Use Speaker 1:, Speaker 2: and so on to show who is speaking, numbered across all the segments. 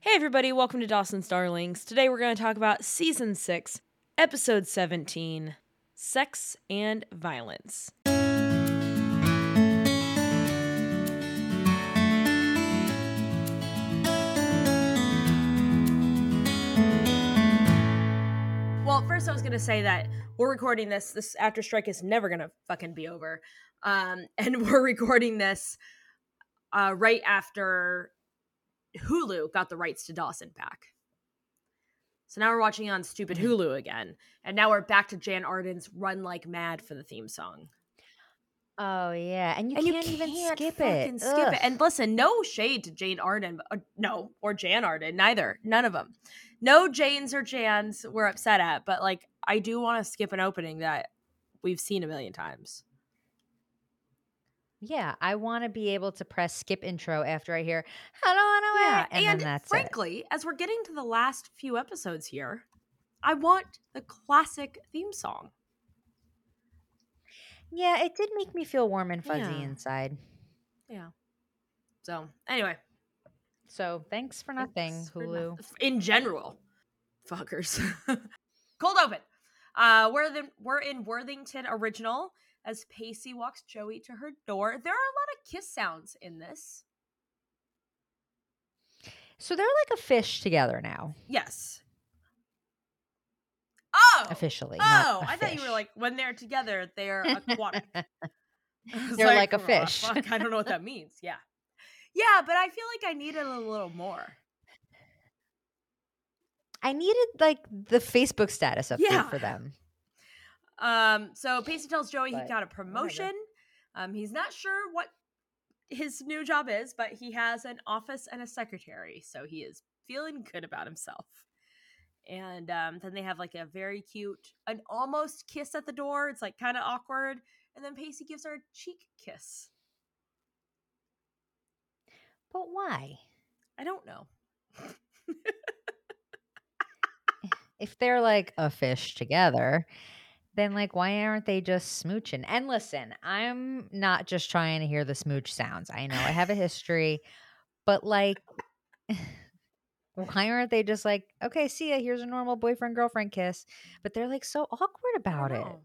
Speaker 1: Hey, everybody, welcome to Dawson's Darlings. Today we're going to talk about Season 6, Episode 17 Sex and Violence. Well, first I was going to say that we're recording this. This after strike is never going to fucking be over. Um, and we're recording this uh, right after Hulu got the rights to Dawson back. So now we're watching on stupid Hulu again. And now we're back to Jan Arden's Run Like Mad for the theme song.
Speaker 2: Oh yeah, and you
Speaker 1: and
Speaker 2: can't
Speaker 1: you
Speaker 2: even
Speaker 1: can't
Speaker 2: skip
Speaker 1: fucking
Speaker 2: it.
Speaker 1: Skip it.
Speaker 2: Ugh.
Speaker 1: And listen, no shade to Jane Arden, uh, no, or Jan Arden, neither, none of them. No Janes or Jans we're upset at, but like I do want to skip an opening that we've seen a million times.
Speaker 2: yeah, I want to be able to press skip intro after I hear hello on
Speaker 1: Yeah,
Speaker 2: and,
Speaker 1: and
Speaker 2: then that's it.
Speaker 1: frankly, as we're getting to the last few episodes here, I want the classic theme song.
Speaker 2: Yeah, it did make me feel warm and fuzzy
Speaker 1: Yeah.
Speaker 2: inside.
Speaker 1: So anyway,
Speaker 2: So thanks for nothing,
Speaker 1: Thanks for
Speaker 2: Hulu.
Speaker 1: noth- in general, fuckers. Cold open. Uh, we're the, we're in Worthington original as Pacey walks Joey to her door. There are a lot of kiss sounds in this.
Speaker 2: So they're like a fish together now,
Speaker 1: Yes. Oh.
Speaker 2: officially.
Speaker 1: Oh,
Speaker 2: not a
Speaker 1: I thought you were
Speaker 2: fish.
Speaker 1: like when they're together, they're aquatic. I was
Speaker 2: They're like a
Speaker 1: "Oh,
Speaker 2: fish."
Speaker 1: fuck, I don't know what that means. Yeah. Yeah, but I feel like I needed a little more.
Speaker 2: I needed like the Facebook status update
Speaker 1: Yeah.
Speaker 2: for them.
Speaker 1: Um, so Pacey tells Joey he
Speaker 2: But
Speaker 1: got a promotion. Um, he's not sure what his new job is, but he has an office and a secretary, so he is feeling good about himself. And um, then they have like a very cute, an almost kiss at the door. It's like kind of awkward, and then Pacey gives her a cheek kiss.
Speaker 2: But why?
Speaker 1: I don't know.
Speaker 2: If they're like a fish together, then like why aren't they just smooching? And listen, I'm not just trying to hear the smooch sounds. I know I have a history, but like why aren't they just like, okay, see ya, here's a normal boyfriend girlfriend kiss. But they're like so awkward
Speaker 1: I don't
Speaker 2: about it.
Speaker 1: know.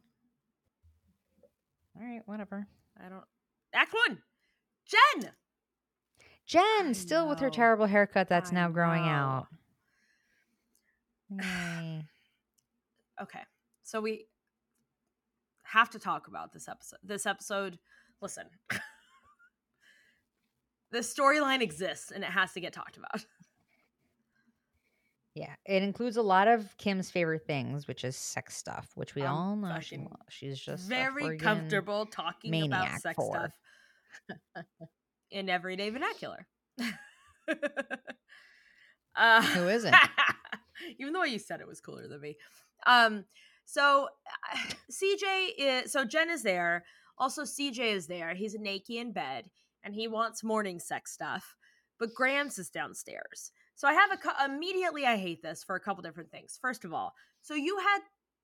Speaker 2: All right, whatever.
Speaker 1: I don't. Act one, Jen.
Speaker 2: Jen,
Speaker 1: I
Speaker 2: still with her
Speaker 1: know.
Speaker 2: terrible haircut that's
Speaker 1: I
Speaker 2: now growing
Speaker 1: know.
Speaker 2: out. Yay.
Speaker 1: okay so we have to talk about this episode this episode listen the storyline exists and it has to get talked about
Speaker 2: Yeah, it includes a lot of Kim's favorite things, which is sex stuff, which we
Speaker 1: I'm
Speaker 2: all know she
Speaker 1: fucking
Speaker 2: lo- she's just a
Speaker 1: very
Speaker 2: friggin-
Speaker 1: comfortable talking about
Speaker 2: maniac
Speaker 1: sex
Speaker 2: for.
Speaker 1: stuff in everyday vernacular uh,
Speaker 2: Who isn't?
Speaker 1: even though you said it was cooler than me um so uh, cj is so jen is there also cj is there he's naked in bed and he wants morning sex stuff but Gramps is downstairs. So I have a cou- immediately I hate this for a couple different things. First of all, so you had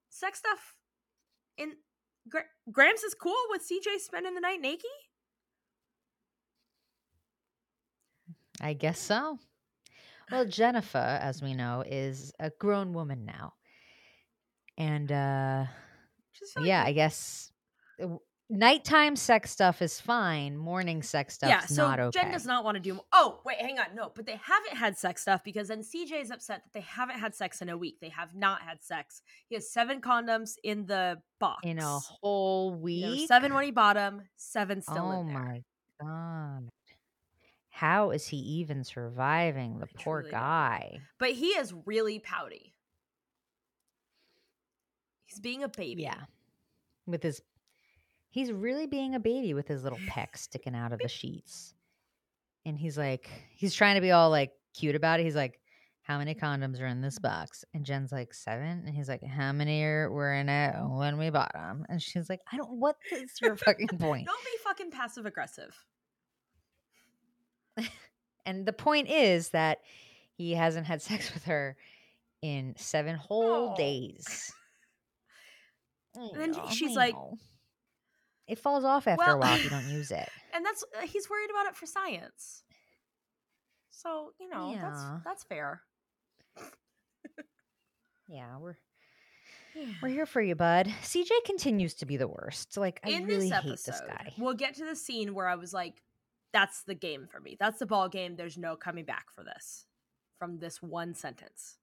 Speaker 1: sex stuff in Gra- Gramps is cool with CJ spending the night naked?
Speaker 2: I guess so. Well, Jennifer, as we know, is a grown woman now, and uh
Speaker 1: Just feel like-
Speaker 2: yeah, I guess uh, w- nighttime sex stuff is fine. Morning sex stuff's
Speaker 1: yeah. So
Speaker 2: not okay.
Speaker 1: Jen does not want to do. mo- Oh wait, hang on. No, but they haven't had sex stuff because then CJ is upset that they haven't had sex in a week. They have not had sex. He has seven condoms in the box.
Speaker 2: in a whole week.
Speaker 1: There were seven when he bought them. Seven still
Speaker 2: oh
Speaker 1: in there.
Speaker 2: my god! How is he even surviving? The
Speaker 1: I
Speaker 2: poor
Speaker 1: truly don't know.
Speaker 2: guy.
Speaker 1: But he is really pouty. He's being a baby.
Speaker 2: Yeah. With his he's really being a baby with his little peck sticking out of the sheets. And he's like he's trying to be all like cute about it. He's like, How many condoms are in this box? And Jen's like, seven. And he's like, How many are were in it when we bought them? And she's like, I don't what is your fucking point?
Speaker 1: Don't be fucking passive aggressive.
Speaker 2: And the point is that he hasn't had sex with her in seven whole
Speaker 1: Oh.
Speaker 2: days. I
Speaker 1: And then
Speaker 2: know,
Speaker 1: she's
Speaker 2: I
Speaker 1: like-
Speaker 2: know. it falls off after
Speaker 1: Well-
Speaker 2: a while if you don't use it.
Speaker 1: And that's uh, he's worried about it for science. So, you know,
Speaker 2: Yeah.
Speaker 1: that's that's fair.
Speaker 2: Yeah, we're we're here for you, bud. CJ continues to be the worst. Like I
Speaker 1: In
Speaker 2: really
Speaker 1: this
Speaker 2: hate
Speaker 1: episode,
Speaker 2: this guy.
Speaker 1: we'll get to the scene where I was like, that's the game for me. That's the ball game. There's no coming back for this from this one sentence.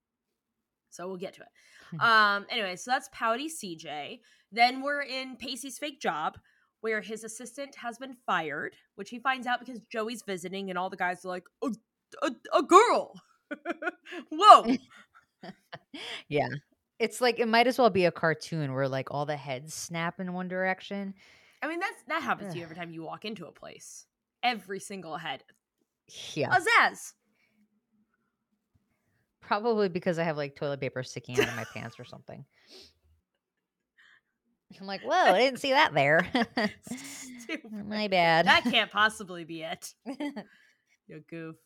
Speaker 1: So we'll get to
Speaker 2: Hmm.
Speaker 1: it. um, anyway, so that's Pouty CJ. Then we're in Pacey's fake job where his assistant has been fired, which he finds out because Joey's visiting and all the guys are like, a, a, a girl. Whoa.
Speaker 2: yeah. It's like it might as well be a cartoon where like all the heads snap in one direction.
Speaker 1: I mean, that's that happens to you every time you walk into a place. Every single head.
Speaker 2: Yeah.
Speaker 1: Azaz.
Speaker 2: Probably because I have like toilet paper sticking out of my pants or something. I'm like, whoa, I didn't see that there.
Speaker 1: Stupid.
Speaker 2: Mm, my bad.
Speaker 1: That can't possibly be it. You goof.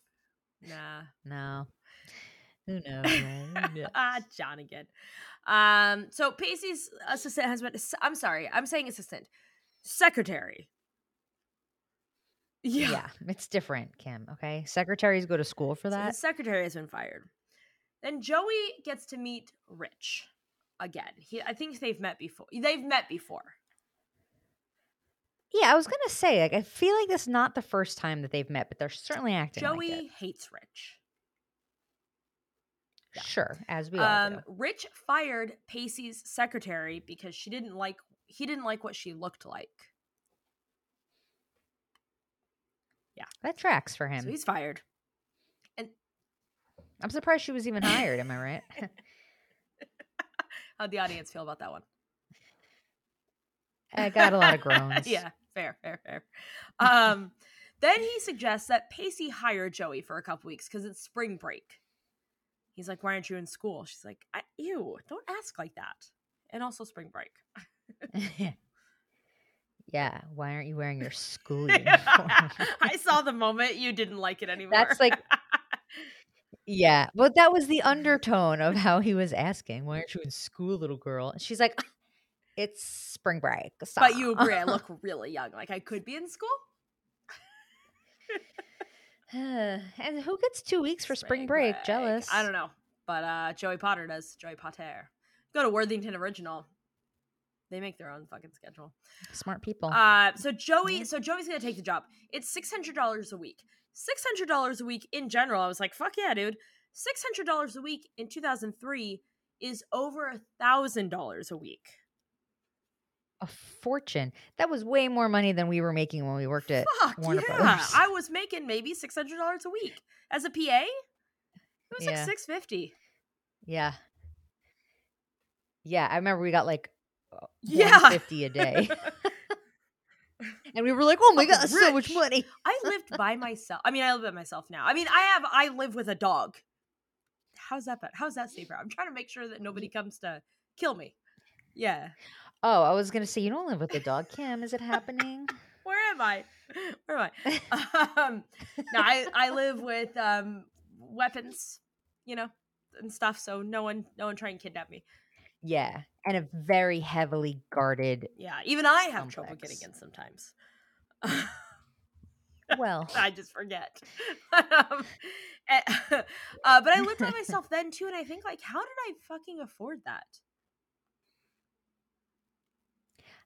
Speaker 1: Nah.
Speaker 2: no. Who knows? man? Who knows?
Speaker 1: ah, John again. Um, so Pacey's assistant has been I'm sorry, I'm saying assistant. Secretary.
Speaker 2: yeah.
Speaker 1: Yeah.
Speaker 2: it's different, Kim. Okay. Secretaries go to school for
Speaker 1: So the
Speaker 2: that.
Speaker 1: secretary has been fired. Then Joey gets to meet Rich again. He I think they've met before. They've met before.
Speaker 2: Yeah, I was gonna say, like, I feel like that's not the first time that they've met, but they're certainly acting. like
Speaker 1: Joey
Speaker 2: it.
Speaker 1: hates Rich. yeah.
Speaker 2: sure, as we all do.
Speaker 1: Um, Rich fired Pacey's secretary because she didn't like he didn't like what she looked like.
Speaker 2: That tracks for him.
Speaker 1: So he's fired.
Speaker 2: I'm surprised she was even hired. Am I right?
Speaker 1: How'd the audience feel about that one?
Speaker 2: I got a lot of groans.
Speaker 1: yeah, fair, fair, fair. Um, then he suggests that Pacey hire Joey for a couple weeks because it's spring break. He's like, "Why aren't you in school?" She's like, I, "Ew, don't ask like that." And also spring break.
Speaker 2: yeah. Why aren't you wearing your school uniform?
Speaker 1: I saw the moment you didn't like it anymore.
Speaker 2: That's like- yeah, but that was the undertone of how he was asking, "Why aren't you in school, little girl?" And she's like, "It's spring break."
Speaker 1: but you
Speaker 2: stop."
Speaker 1: agree, I look really young. Like I could be in school.
Speaker 2: and who gets two weeks for spring, break? Jealous.
Speaker 1: I don't know, but uh, Joey Potter does. Joey Potter. Go to Worthington Original. They make their own fucking schedule.
Speaker 2: Smart people.
Speaker 1: Uh, so Joey,
Speaker 2: Mhm.
Speaker 1: so Joey's gonna take the job. It's six hundred dollars a week. Six hundred dollars a week in general. I was like, fuck yeah, dude. Six hundred dollars a week in two thousand three is over a thousand dollars a week.
Speaker 2: a fortune. That was way more money than we were making when we worked at
Speaker 1: Fuck
Speaker 2: Warner
Speaker 1: yeah!
Speaker 2: Brothers.
Speaker 1: I was making maybe six hundred dollars a week as a PA. It was like
Speaker 2: Yeah.
Speaker 1: six fifty.
Speaker 2: Yeah. Yeah, I remember we got like
Speaker 1: Yeah.
Speaker 2: 50 a day. and we were like, "Oh my
Speaker 1: Fucking
Speaker 2: god, that's so much
Speaker 1: rich.
Speaker 2: money."
Speaker 1: I lived by myself. I mean, I live by myself now. I mean, I have I live with a dog. How's that bad? How's that safer? I'm trying to make sure that nobody comes to kill me. Yeah.
Speaker 2: Oh, I was going to say you don't live with a dog, Kim. Is it happening?
Speaker 1: Where am I? Where am I? Um no, I, I live with um weapons, you know, and stuff, so no one no one try and kidnap me.
Speaker 2: yeah. And a very heavily guarded
Speaker 1: Yeah. Even I have trouble getting
Speaker 2: Complex.
Speaker 1: in sometimes.
Speaker 2: well.
Speaker 1: I just forget. um, eh, uh, but I looked at myself then too, and I think like, how did I fucking afford that?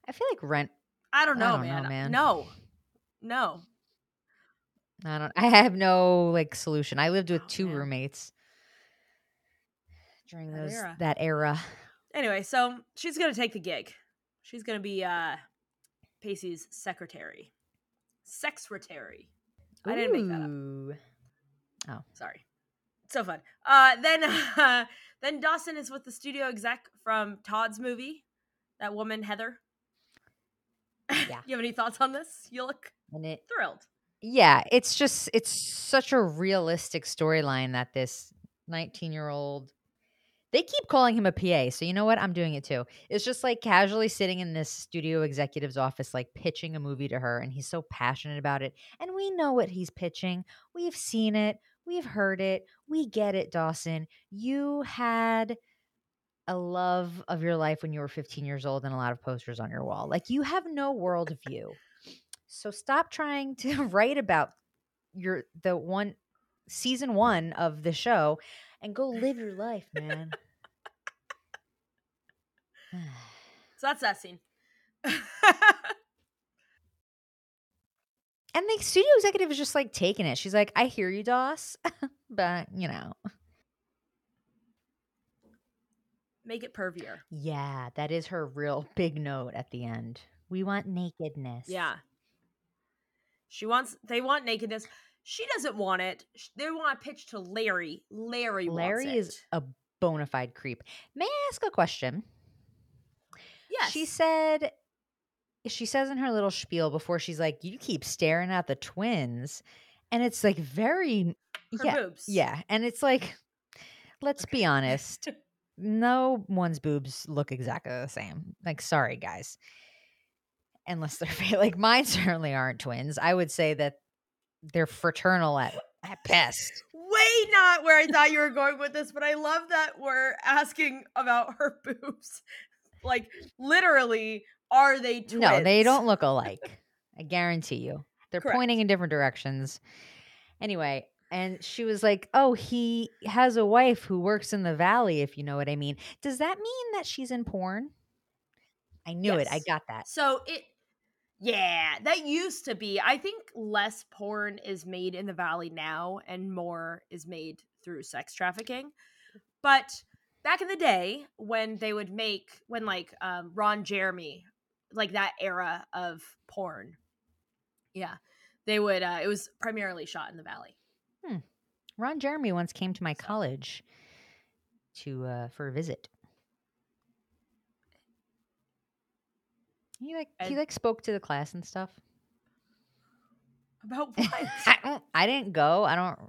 Speaker 2: I feel like rent
Speaker 1: I don't
Speaker 2: I
Speaker 1: know,
Speaker 2: don't know,
Speaker 1: man.
Speaker 2: man.
Speaker 1: No, no.
Speaker 2: I don't I have no like solution. I lived with
Speaker 1: Oh,
Speaker 2: two
Speaker 1: man.
Speaker 2: roommates during
Speaker 1: That
Speaker 2: those
Speaker 1: era.
Speaker 2: that era.
Speaker 1: Anyway, so she's gonna take the gig. She's gonna be uh Pacey's secretary, secretary. I didn't make that up.
Speaker 2: Ooh.
Speaker 1: Sorry. So fun. Uh, then, uh, then Dawson is with the studio exec from Todd's movie. That woman, Heather.
Speaker 2: Yeah.
Speaker 1: you have any thoughts on this? You look
Speaker 2: And it
Speaker 1: thrilled.
Speaker 2: yeah it's just it's such a realistic storyline that this 19 year old they keep calling him a pa so you know what i'm doing it too it's just like casually sitting in this studio executive's office like pitching a movie to her and he's so passionate about it and we know what he's pitching we've seen it we've heard it we get it dawson you had a love of your life when you were 15 years old and a lot of posters on your wall like you have no world view so stop trying to write about your the one season one of the show and go live your life, man.
Speaker 1: So that's that scene.
Speaker 2: and the studio executive is just like taking it. She's like, I hear you, Doss, but you know,
Speaker 1: Make it pervier.
Speaker 2: yeah, that is her real big note at the end. We want nakedness.
Speaker 1: Yeah. She wants. They want nakedness. She doesn't want it. Sh- They want to pitch to Larry. Larry.
Speaker 2: Larry
Speaker 1: wants
Speaker 2: is
Speaker 1: it.
Speaker 2: a bona fide creep. May I ask a question?
Speaker 1: Yes.
Speaker 2: She said, she says in her little spiel before she's like, you keep staring at the twins. And it's like very,
Speaker 1: her
Speaker 2: yeah,
Speaker 1: boobs.
Speaker 2: yeah. And it's like, let's be honest, no one's boobs look exactly the same. Like, sorry, guys. Unless they're fa- like mine, certainly aren't twins. I would say that they're fraternal at, at best.
Speaker 1: Way not where I thought you were going with this, but I love that we're asking about her boobs. Like literally, are they twins?
Speaker 2: No, they don't look alike. I guarantee you. They're
Speaker 1: Correct.
Speaker 2: pointing in different directions. Anyway, and she was like, "Oh, he has a wife who works in the valley, if you know what I mean." Does that mean that she's in porn? I knew it. I
Speaker 1: Yes.
Speaker 2: got that.
Speaker 1: So it, yeah, that used to be. I think less porn is made in the valley now, and more is made through sex trafficking. But back in the day, when they would make when like um, Ron Jeremy, like that era of porn, yeah, they would. Uh, it was primarily shot in the valley.
Speaker 2: Ron Jeremy once came to my college to uh for a visit. He like he
Speaker 1: And-
Speaker 2: like spoke to the class and stuff.
Speaker 1: About what?
Speaker 2: I don't. I didn't go. I don't.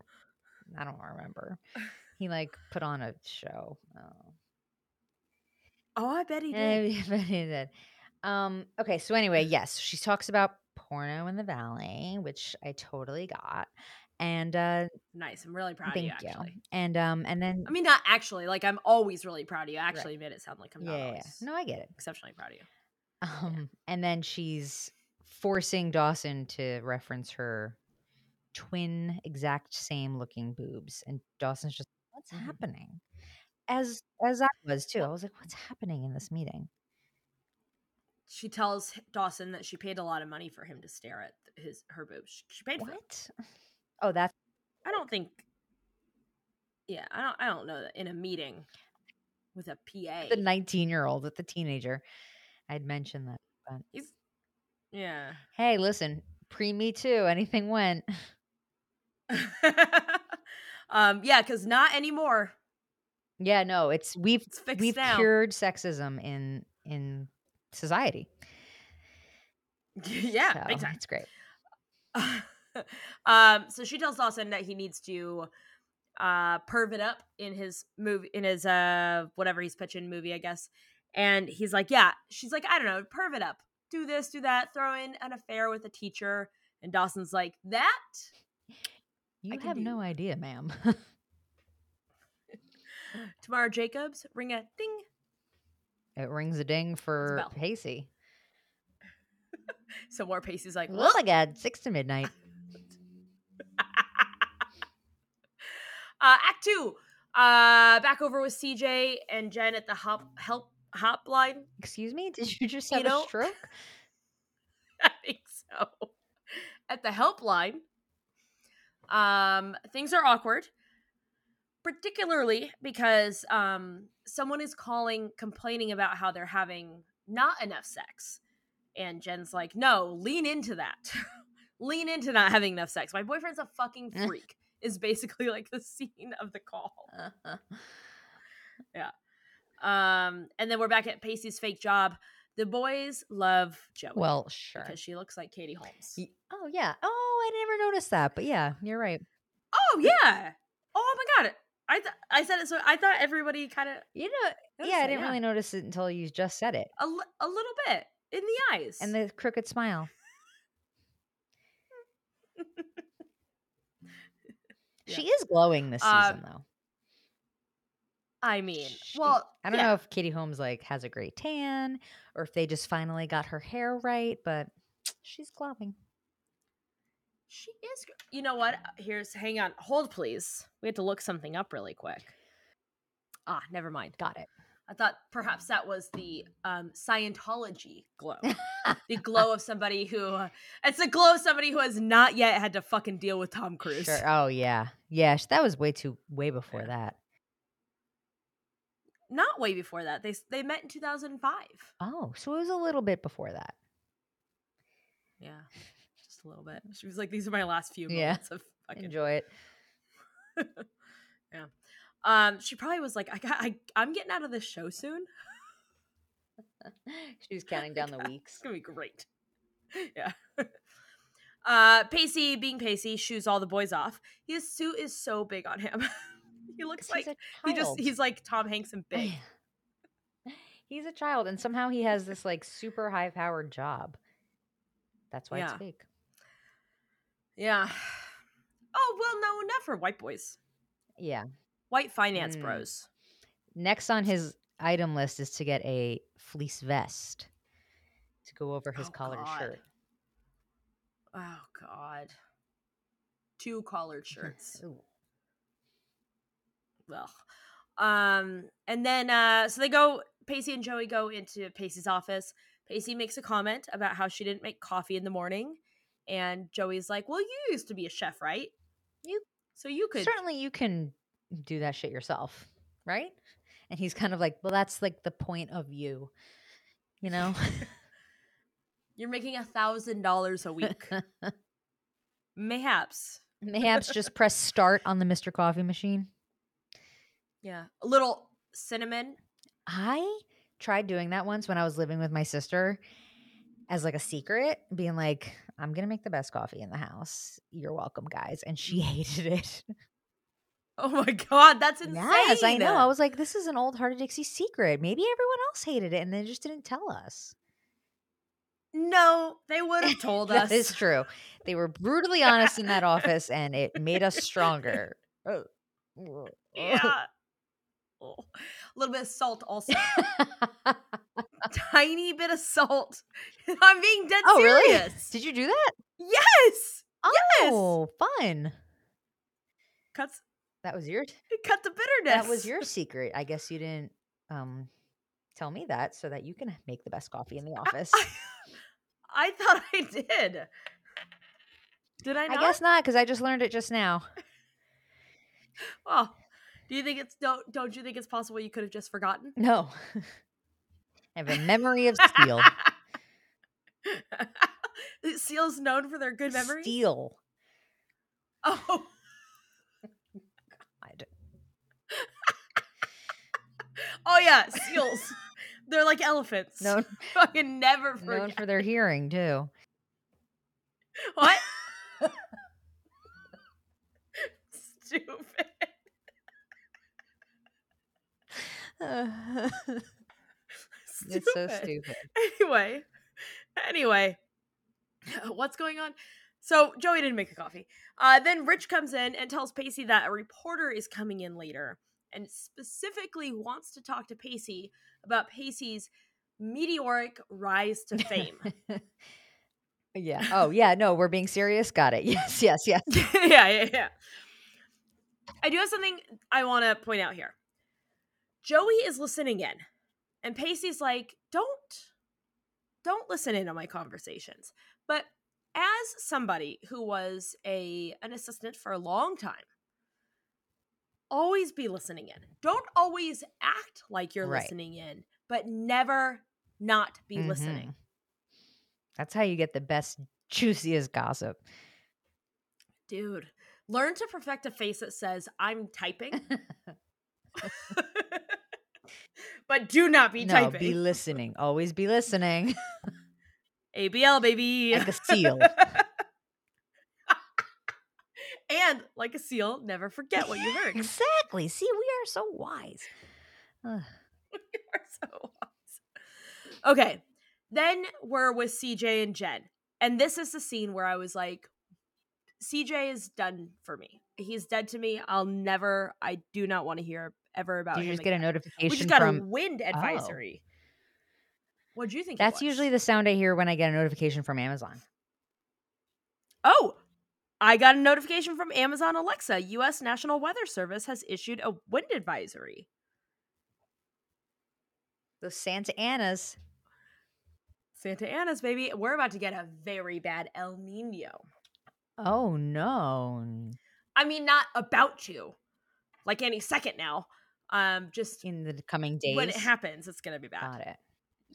Speaker 2: I don't remember. He like put on a show. Oh.
Speaker 1: oh, I bet he
Speaker 2: Eh,
Speaker 1: did.
Speaker 2: but he did. Um. Okay. So anyway, yes, she talks about porno in the valley, which I totally got, and uh,
Speaker 1: Nice. I'm really proud
Speaker 2: thank
Speaker 1: of you.
Speaker 2: you.
Speaker 1: Actually.
Speaker 2: And um. And then
Speaker 1: I mean, not actually. Like, I'm always really proud of you. I actually made it sound like I'm
Speaker 2: yeah,
Speaker 1: not
Speaker 2: yeah, yeah.
Speaker 1: always
Speaker 2: No, I get it.
Speaker 1: exceptionally proud of you.
Speaker 2: Um. And then she's forcing Dawson to reference her twin, exact same looking boobs, and Dawson's just what's
Speaker 1: Mhm.
Speaker 2: happening as as i was too i was like what's happening in this meeting
Speaker 1: She tells h- Dawson that she paid a lot of money for him to stare at th- his her boobs. She, she paid for it.
Speaker 2: what oh that's
Speaker 1: I don't think. Yeah, I don't. I don't know that in a meeting with a PA.
Speaker 2: the 19 year old with the teenager i'd mentioned that
Speaker 1: He's- yeah.
Speaker 2: hey listen pre me too anything went
Speaker 1: um. Yeah, because not anymore.
Speaker 2: yeah no it's we've
Speaker 1: It's fixed
Speaker 2: we've
Speaker 1: now.
Speaker 2: cured sexism in in society
Speaker 1: yeah, big
Speaker 2: so
Speaker 1: time.
Speaker 2: it's great
Speaker 1: um, so she tells Dawson that he needs to uh perv it up in his movie in his uh whatever he's pitching movie, I guess. And he's like, Yeah. She's like, I don't know, perv it up. Do this, do that, throw in an affair with a teacher. And Dawson's like, That?
Speaker 2: you
Speaker 1: can
Speaker 2: have
Speaker 1: do-
Speaker 2: no idea ma'am
Speaker 1: Tomorrow Jacobs, ring a ding.
Speaker 2: it rings a ding for
Speaker 1: bell.
Speaker 2: pacey
Speaker 1: So more Pacey's like,
Speaker 2: well
Speaker 1: "Ugh."
Speaker 2: i got six to midnight
Speaker 1: Uh, act two. Uh, back over with CJ and Jen at the hop help hop line.
Speaker 2: excuse me did you just
Speaker 1: You
Speaker 2: have
Speaker 1: know-
Speaker 2: a stroke
Speaker 1: I think so. At the helpline, um, things are awkward, particularly because um, someone is calling, complaining about how they're having not enough sex. And Jen's like, no, lean into that. lean into not having enough sex. My boyfriend's a fucking
Speaker 2: Eh.
Speaker 1: freak, is basically like the scene of the call.
Speaker 2: uh-huh,
Speaker 1: Um, and then we're back at Pacey's fake job. The boys love Joey
Speaker 2: well sure
Speaker 1: because she looks like Katie Holmes.
Speaker 2: Y- Oh yeah. Oh, I never noticed that. But yeah, you're right.
Speaker 1: Oh yeah. Oh my god. I th- I said it so I thought everybody kind of
Speaker 2: You know, yeah, I didn't really notice it until you just said it.
Speaker 1: a, li- a little bit in the eyes.
Speaker 2: And the crooked smile. She is glowing this
Speaker 1: Uh,
Speaker 2: season, though.
Speaker 1: I mean,
Speaker 2: She-
Speaker 1: well,
Speaker 2: I don't
Speaker 1: yeah.
Speaker 2: know if Katie Holmes like has a great tan or if they just finally got her hair right, but she's glowing.
Speaker 1: She is. gr- You know what? Here's. Hang on. Hold, please. We had to look something up really quick. Ah, never mind.
Speaker 2: Got it.
Speaker 1: I thought perhaps that was the um, Scientology glow, the glow of somebody who. uh, It's the glow of somebody who has not yet had to fucking deal with Tom Cruise.
Speaker 2: Sure. Oh yeah, yeah. sh- That was way too way before
Speaker 1: Yeah.
Speaker 2: that.
Speaker 1: Not way before that. They s- they met in 2005.
Speaker 2: Oh, so it was a little bit before that.
Speaker 1: Yeah, just a little bit. She was like, "These are my last few
Speaker 2: Yeah.
Speaker 1: moments of fucking."
Speaker 2: Enjoy it.
Speaker 1: yeah. Um, she probably was like, "I got, I, I'm getting out of this show soon.
Speaker 2: she was counting down the
Speaker 1: It's
Speaker 2: weeks.
Speaker 1: gonna be great. yeah. Uh, Pacey, being Pacey, shoos all the boys off. His suit is so big on him. he looks like
Speaker 2: 'Cause he's a
Speaker 1: he just
Speaker 2: child.
Speaker 1: he's like Tom Hanks and big.
Speaker 2: he's a child, and somehow he has this like super high powered job. That's why
Speaker 1: Yeah.
Speaker 2: it's big.
Speaker 1: yeah. Oh well, no, not for white boys.
Speaker 2: Yeah.
Speaker 1: White finance
Speaker 2: Mm.
Speaker 1: bros.
Speaker 2: Next on his item list is to get a fleece vest to go over his
Speaker 1: Oh,
Speaker 2: collared
Speaker 1: God.
Speaker 2: shirt.
Speaker 1: Oh God. Two collared shirts.
Speaker 2: Ooh.
Speaker 1: Well, um, and then uh, so they go. Pacey and Joey go into Pacey's office. Pacey makes a comment about how she didn't make coffee in the morning, and Joey's like, "Well, you used to be a chef, right?
Speaker 2: You-
Speaker 1: so you could
Speaker 2: Certainly, you can do that shit yourself, right? And he's kind of like, well, that's like the point of you, you know?
Speaker 1: you're making a thousand dollars a week, mayhaps.
Speaker 2: Mayhaps just press start on the Mr. Coffee machine.
Speaker 1: Yeah, a little cinnamon.
Speaker 2: I tried doing that once when I was living with my sister as like a secret, being like, I'm going to make the best coffee in the house. You're welcome, guys. And she hated it.
Speaker 1: Oh my god, that's insane!
Speaker 2: Yes, I know. I was like, this is an old Heart of Dixie secret. Maybe everyone else hated it and they just didn't tell us.
Speaker 1: No, they would have told us.
Speaker 2: That is true. They were brutally honest in that office and it made us stronger. Ugh. Ugh.
Speaker 1: Yeah. Oh. A little bit of salt also. tiny bit of salt. I'm being dead
Speaker 2: oh,
Speaker 1: serious.
Speaker 2: really? Did you do that?
Speaker 1: yes. Yes.
Speaker 2: Oh, fun.
Speaker 1: Cuts
Speaker 2: That was your
Speaker 1: it cut the bitterness.
Speaker 2: That was your secret. I guess you didn't um, tell me that so that you can make the best coffee in the office.
Speaker 1: I, I thought I did. Did I
Speaker 2: I
Speaker 1: not?
Speaker 2: guess not because I just learned it just now.
Speaker 1: Well, Oh. do you think it's don't don't you think it's possible you could have just forgotten?
Speaker 2: No. I have a memory of steel.
Speaker 1: Seals known for their good memory.
Speaker 2: Steel.
Speaker 1: Oh,
Speaker 2: I d-
Speaker 1: oh yeah, seals. They're like elephants.
Speaker 2: Known,
Speaker 1: fucking never forget.
Speaker 2: known for their hearing too.
Speaker 1: What? Stupid.
Speaker 2: it's so stupid.
Speaker 1: Anyway, anyway, what's going on? So Joey didn't make a coffee. Uh, then Rich comes in and tells Pacey that a reporter is coming in later and specifically wants to talk to Pacey about Pacey's meteoric rise to fame.
Speaker 2: yeah. Oh, yeah. No, we're being serious. Got it. Yes, yes, yes.
Speaker 1: yeah, yeah, yeah. I do have something I want to point out here. Joey is listening in, and Pacey's like, "Don't, don't listen in on my conversations." But as somebody who was a an assistant for a long time, always be listening in. Don't always act like you're
Speaker 2: Right.
Speaker 1: listening in, but never not be listening.
Speaker 2: Mhm. That's how you get the best, juiciest gossip.
Speaker 1: Dude, learn to perfect a face that says, I'm typing. but do not be
Speaker 2: no,
Speaker 1: typing.
Speaker 2: be listening. Always be listening.
Speaker 1: ABL, baby.
Speaker 2: like a seal.
Speaker 1: and like a seal, never forget what you heard.
Speaker 2: exactly. See, we are so wise. Ugh.
Speaker 1: You are so wise. Okay. Then we're with CJ and Jen. And this is the scene where I was like, CJ is done for me. He's dead to me. I'll never, I do not want to hear ever about
Speaker 2: Did you
Speaker 1: him
Speaker 2: just get a
Speaker 1: again.
Speaker 2: notification
Speaker 1: Oh, We just got a
Speaker 2: from? Oh.
Speaker 1: wind advisory. What'd you think? it
Speaker 2: That's
Speaker 1: was?
Speaker 2: usually the sound I hear when I get a notification from Amazon.
Speaker 1: Oh, I got a notification from Amazon Alexa. U.S. National Weather Service has issued a wind advisory.
Speaker 2: Those Santa Annas.
Speaker 1: Santa Ana's baby. We're about to get a very bad El Nino.
Speaker 2: Oh no.
Speaker 1: I mean, not about to, like any second now. Um, just
Speaker 2: In the coming days.
Speaker 1: when it happens, it's gonna be bad.
Speaker 2: Got it.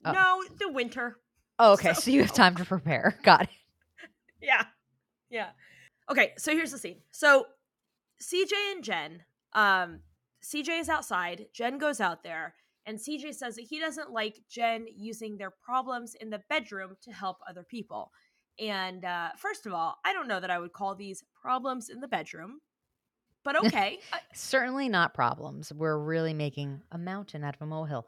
Speaker 2: Oh.
Speaker 1: No, the winter.
Speaker 2: Oh, okay.
Speaker 1: So-
Speaker 2: So, you have time to prepare. Got it.
Speaker 1: Yeah. Yeah. Okay, so here's the scene. So CJ and Jen, um, CJ is outside, Jen goes out there, and CJ says that he doesn't like Jen using their problems in the bedroom to help other people. And uh, first of all, I don't know that I would call these problems in the bedroom, but okay. I-
Speaker 2: Certainly not problems. We're really making a mountain out of a molehill.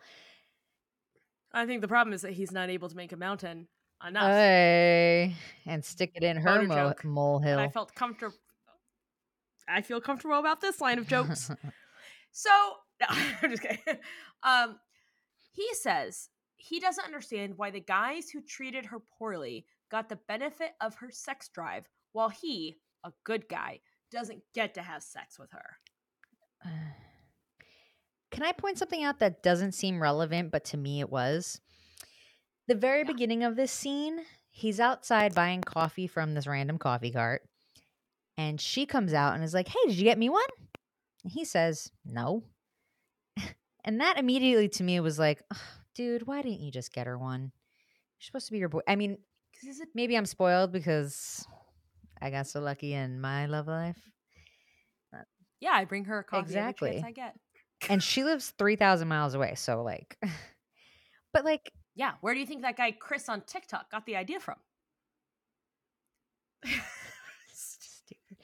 Speaker 1: I think the problem is that he's not able to make a mountain enough.
Speaker 2: Oh, Hey, and stick it in her
Speaker 1: Boner
Speaker 2: mo-
Speaker 1: joke.
Speaker 2: molehill.
Speaker 1: and I felt comfortable. I feel comfortable about this line of jokes. So no, I'm just kidding. Um, he says he doesn't understand why the guys who treated her poorly got the benefit of her sex drive, while he, a good guy, doesn't get to have sex with her.
Speaker 2: Can I point something out that doesn't seem relevant, but to me it was? The very
Speaker 1: Yeah.
Speaker 2: beginning of this scene, he's outside buying coffee from this random coffee cart. And she comes out and is like, Hey, did you get me one? And he says, No. and that immediately to me was like, "Ugh, Dude, why didn't you just get her one? You're supposed to be your boy. I mean,
Speaker 1: Because he's a
Speaker 2: maybe I'm spoiled because I got so lucky in my love life.
Speaker 1: yeah. I bring her a coffee exactly. every
Speaker 2: Exactly.
Speaker 1: chance I get.
Speaker 2: and she lives 3000 miles away so like but like
Speaker 1: Yeah. Where do you think that guy Chris on TikTok got the idea from?
Speaker 2: stupid.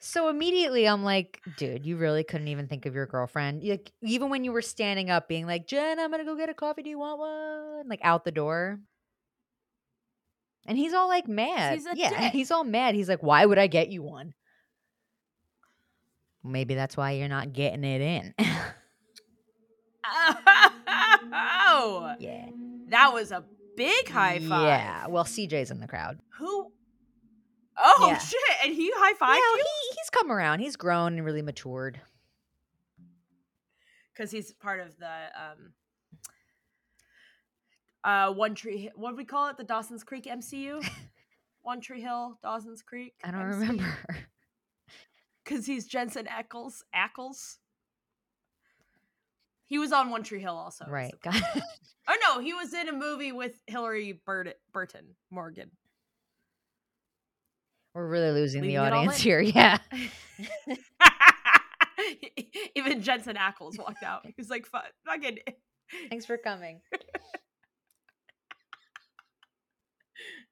Speaker 2: so immediately i'm like dude you really couldn't even think of your girlfriend like even when you were standing up being like jen i'm gonna go get a coffee do you want one like out the door and he's all like mad
Speaker 1: he's a
Speaker 2: yeah
Speaker 1: dick.
Speaker 2: he's all mad he's like why would i get you one maybe that's why you're not getting it in
Speaker 1: Oh,
Speaker 2: yeah
Speaker 1: that was a big high five.
Speaker 2: yeah well cj's in the crowd
Speaker 1: Who? Oh
Speaker 2: Yeah.
Speaker 1: shit! And he high
Speaker 2: yeah,
Speaker 1: fived you
Speaker 2: he, he's come around he's grown and really matured
Speaker 1: because he's part of the um, uh, One Tree. Hi- What do we call it? The Dawson's Creek MCU. One Tree Hill, Dawson's Creek.
Speaker 2: I don't remember.
Speaker 1: because he's Jensen Ackles. Ackles. He was on One Tree Hill also. is
Speaker 2: right.
Speaker 1: the-
Speaker 2: Got it.
Speaker 1: Oh no, he was in a movie with Hillary Burt- Burton Morgan.
Speaker 2: We're really losing the
Speaker 1: Leaving it all
Speaker 2: audience
Speaker 1: in.
Speaker 2: here. Yeah.
Speaker 1: Even Jensen Ackles walked out. He was like, "Fuck, fucking."
Speaker 2: Thanks for coming.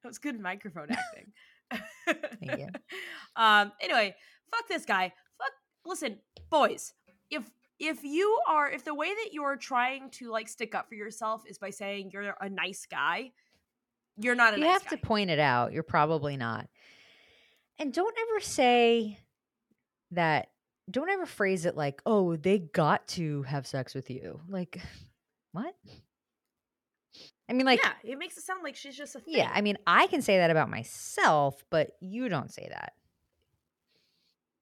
Speaker 1: That was good microphone acting.
Speaker 2: Thank you.
Speaker 1: Um. Anyway, fuck this guy. Fuck. Listen, boys. If if you are if the way that you are trying to like stick up for yourself is by saying you're a nice guy, you're not a
Speaker 2: You
Speaker 1: nice
Speaker 2: have
Speaker 1: guy.
Speaker 2: to point it out. You're probably not. And don't ever say that. Don't ever phrase it like, "Oh, they got to have sex with you." Like, what? I mean, like, yeah.
Speaker 1: yeah, it makes it sound like she's just a thing.
Speaker 2: I mean, I can say that about myself, but you don't say that.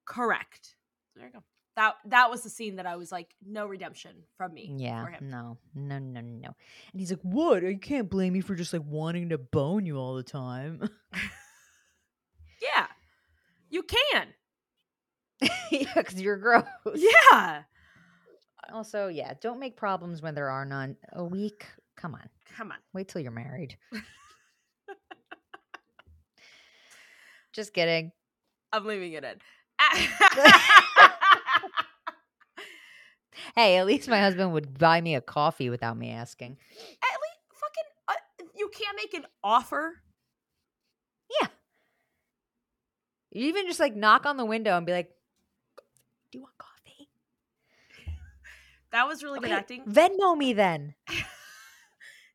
Speaker 1: correct. There you go. That that was the scene that I was like, no redemption from me.
Speaker 2: Yeah.
Speaker 1: For him.
Speaker 2: No. No. No. No. And he's like, "What? You can't blame me for just like wanting to bone you all the time." mm.
Speaker 1: Yeah, you can.
Speaker 2: yeah, because you're gross.
Speaker 1: Yeah.
Speaker 2: Also, yeah, don't make problems when there are none. A week? Come on.
Speaker 1: Come on.
Speaker 2: Wait till you're married. Just kidding.
Speaker 1: I'm leaving it in. Uh,
Speaker 2: Hey, at least my husband would buy me a coffee without me asking.
Speaker 1: At least fucking uh, you can't make an offer.
Speaker 2: You even just like knock on the window and be like, Do you want coffee?
Speaker 1: That was really good acting.
Speaker 2: Venmo me then.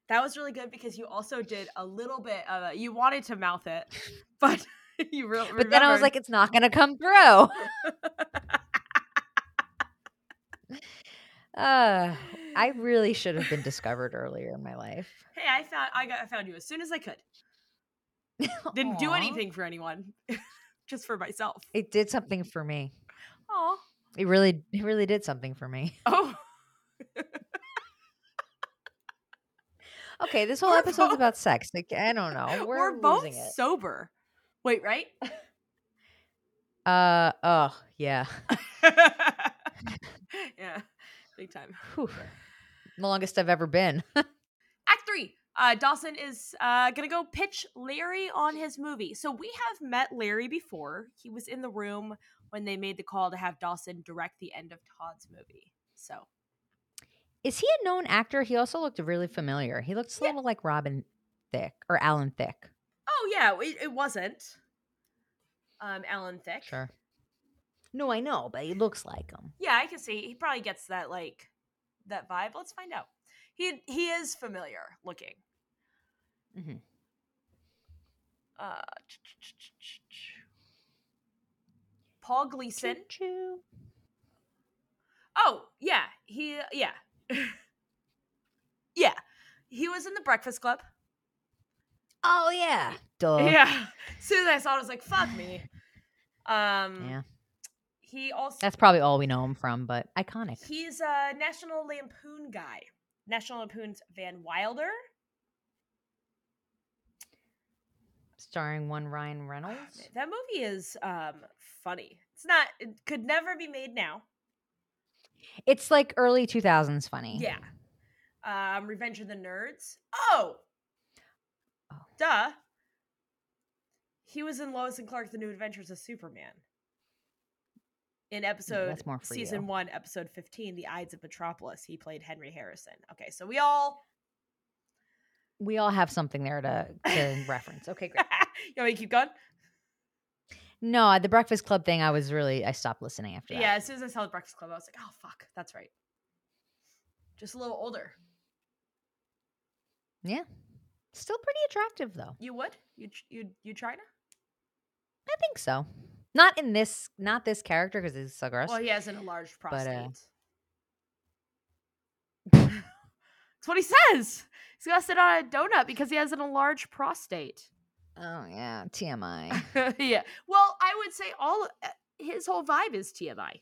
Speaker 1: That was really good because you also did a little bit of a, you wanted to mouth it, but you really.
Speaker 2: But then I was like, It's not going to come through. uh, I really should have been discovered earlier in my life.
Speaker 1: hey, I found I got I found you as soon as I could. Didn't do
Speaker 2: Aw.
Speaker 1: anything for anyone. just for myself.
Speaker 2: It did something for me.
Speaker 1: Oh,
Speaker 2: It really, it really did something for me.
Speaker 1: oh,
Speaker 2: Okay, this whole
Speaker 1: We're
Speaker 2: episode's
Speaker 1: both-
Speaker 2: about sex. Like I don't know. We're,
Speaker 1: we're
Speaker 2: losing
Speaker 1: both
Speaker 2: it.
Speaker 1: sober. Wait, right?
Speaker 2: Uh oh yeah.
Speaker 1: yeah, big time.
Speaker 2: Whew. The longest I've ever been.
Speaker 1: Act three. Uh, Dawson is uh, gonna go pitch Larry on his movie. So we have met Larry before. He was in the room when they made the call to have Dawson direct the end of Todd's movie. So
Speaker 2: Is he a known actor? He also looked really familiar. He looks a
Speaker 1: Yeah.
Speaker 2: little like Robin Thicke or Alan Thicke.
Speaker 1: oh yeah, it, it wasn't um, Alan Thicke.
Speaker 2: Sure. No, I know, but he looks like him.
Speaker 1: Yeah, I can see. He probably gets that like that vibe. Let's find out. He he is familiar looking.
Speaker 2: Mhm.
Speaker 1: Uh, Paul Gleason.
Speaker 2: Choo-choo.
Speaker 1: Oh yeah, he yeah, yeah. He was in the Breakfast Club.
Speaker 2: Oh yeah. Duh.
Speaker 1: Yeah. As soon as I saw it, I was like, "Fuck me." Um.
Speaker 2: Yeah.
Speaker 1: He also
Speaker 2: That's probably all we know him from, but iconic.
Speaker 1: He's a National Lampoon guy. National Lampoon's Van Wilder.
Speaker 2: Starring one Ryan
Speaker 1: Ah,
Speaker 2: Reynolds.
Speaker 1: man, that movie is um funny. It's not. It could never be made now.
Speaker 2: It's like early 2000s funny.
Speaker 1: Yeah. Um, Revenge of the Nerds. Oh.
Speaker 2: Oh.
Speaker 1: Duh. He was in Lois and Clark: The New Adventures of Superman. In episode
Speaker 2: that's more for
Speaker 1: season
Speaker 2: you.
Speaker 1: one, episode fifteen, "The Ides of Metropolis," he played Henry Harrison. Okay, so we all
Speaker 2: We all have something there to, to reference. Okay,
Speaker 1: you
Speaker 2: great.
Speaker 1: want me to keep going?
Speaker 2: No, the Breakfast Club thing, I was really, I stopped listening after that.
Speaker 1: Yeah, as soon as I saw the Breakfast Club, I was like, oh fuck, that's right. Just a little older.
Speaker 2: Still pretty attractive, though.
Speaker 1: You would? You you you China?
Speaker 2: I think so. Not in this, not this character because it's so gross.
Speaker 1: Well, he has an enlarged
Speaker 2: But,
Speaker 1: prostate.
Speaker 2: uh,
Speaker 1: That's what he says. He's gonna sit on a donut because he has an enlarged prostate.
Speaker 2: Oh yeah, TMI.
Speaker 1: yeah. Well, I would say all uh, his whole vibe is TMI.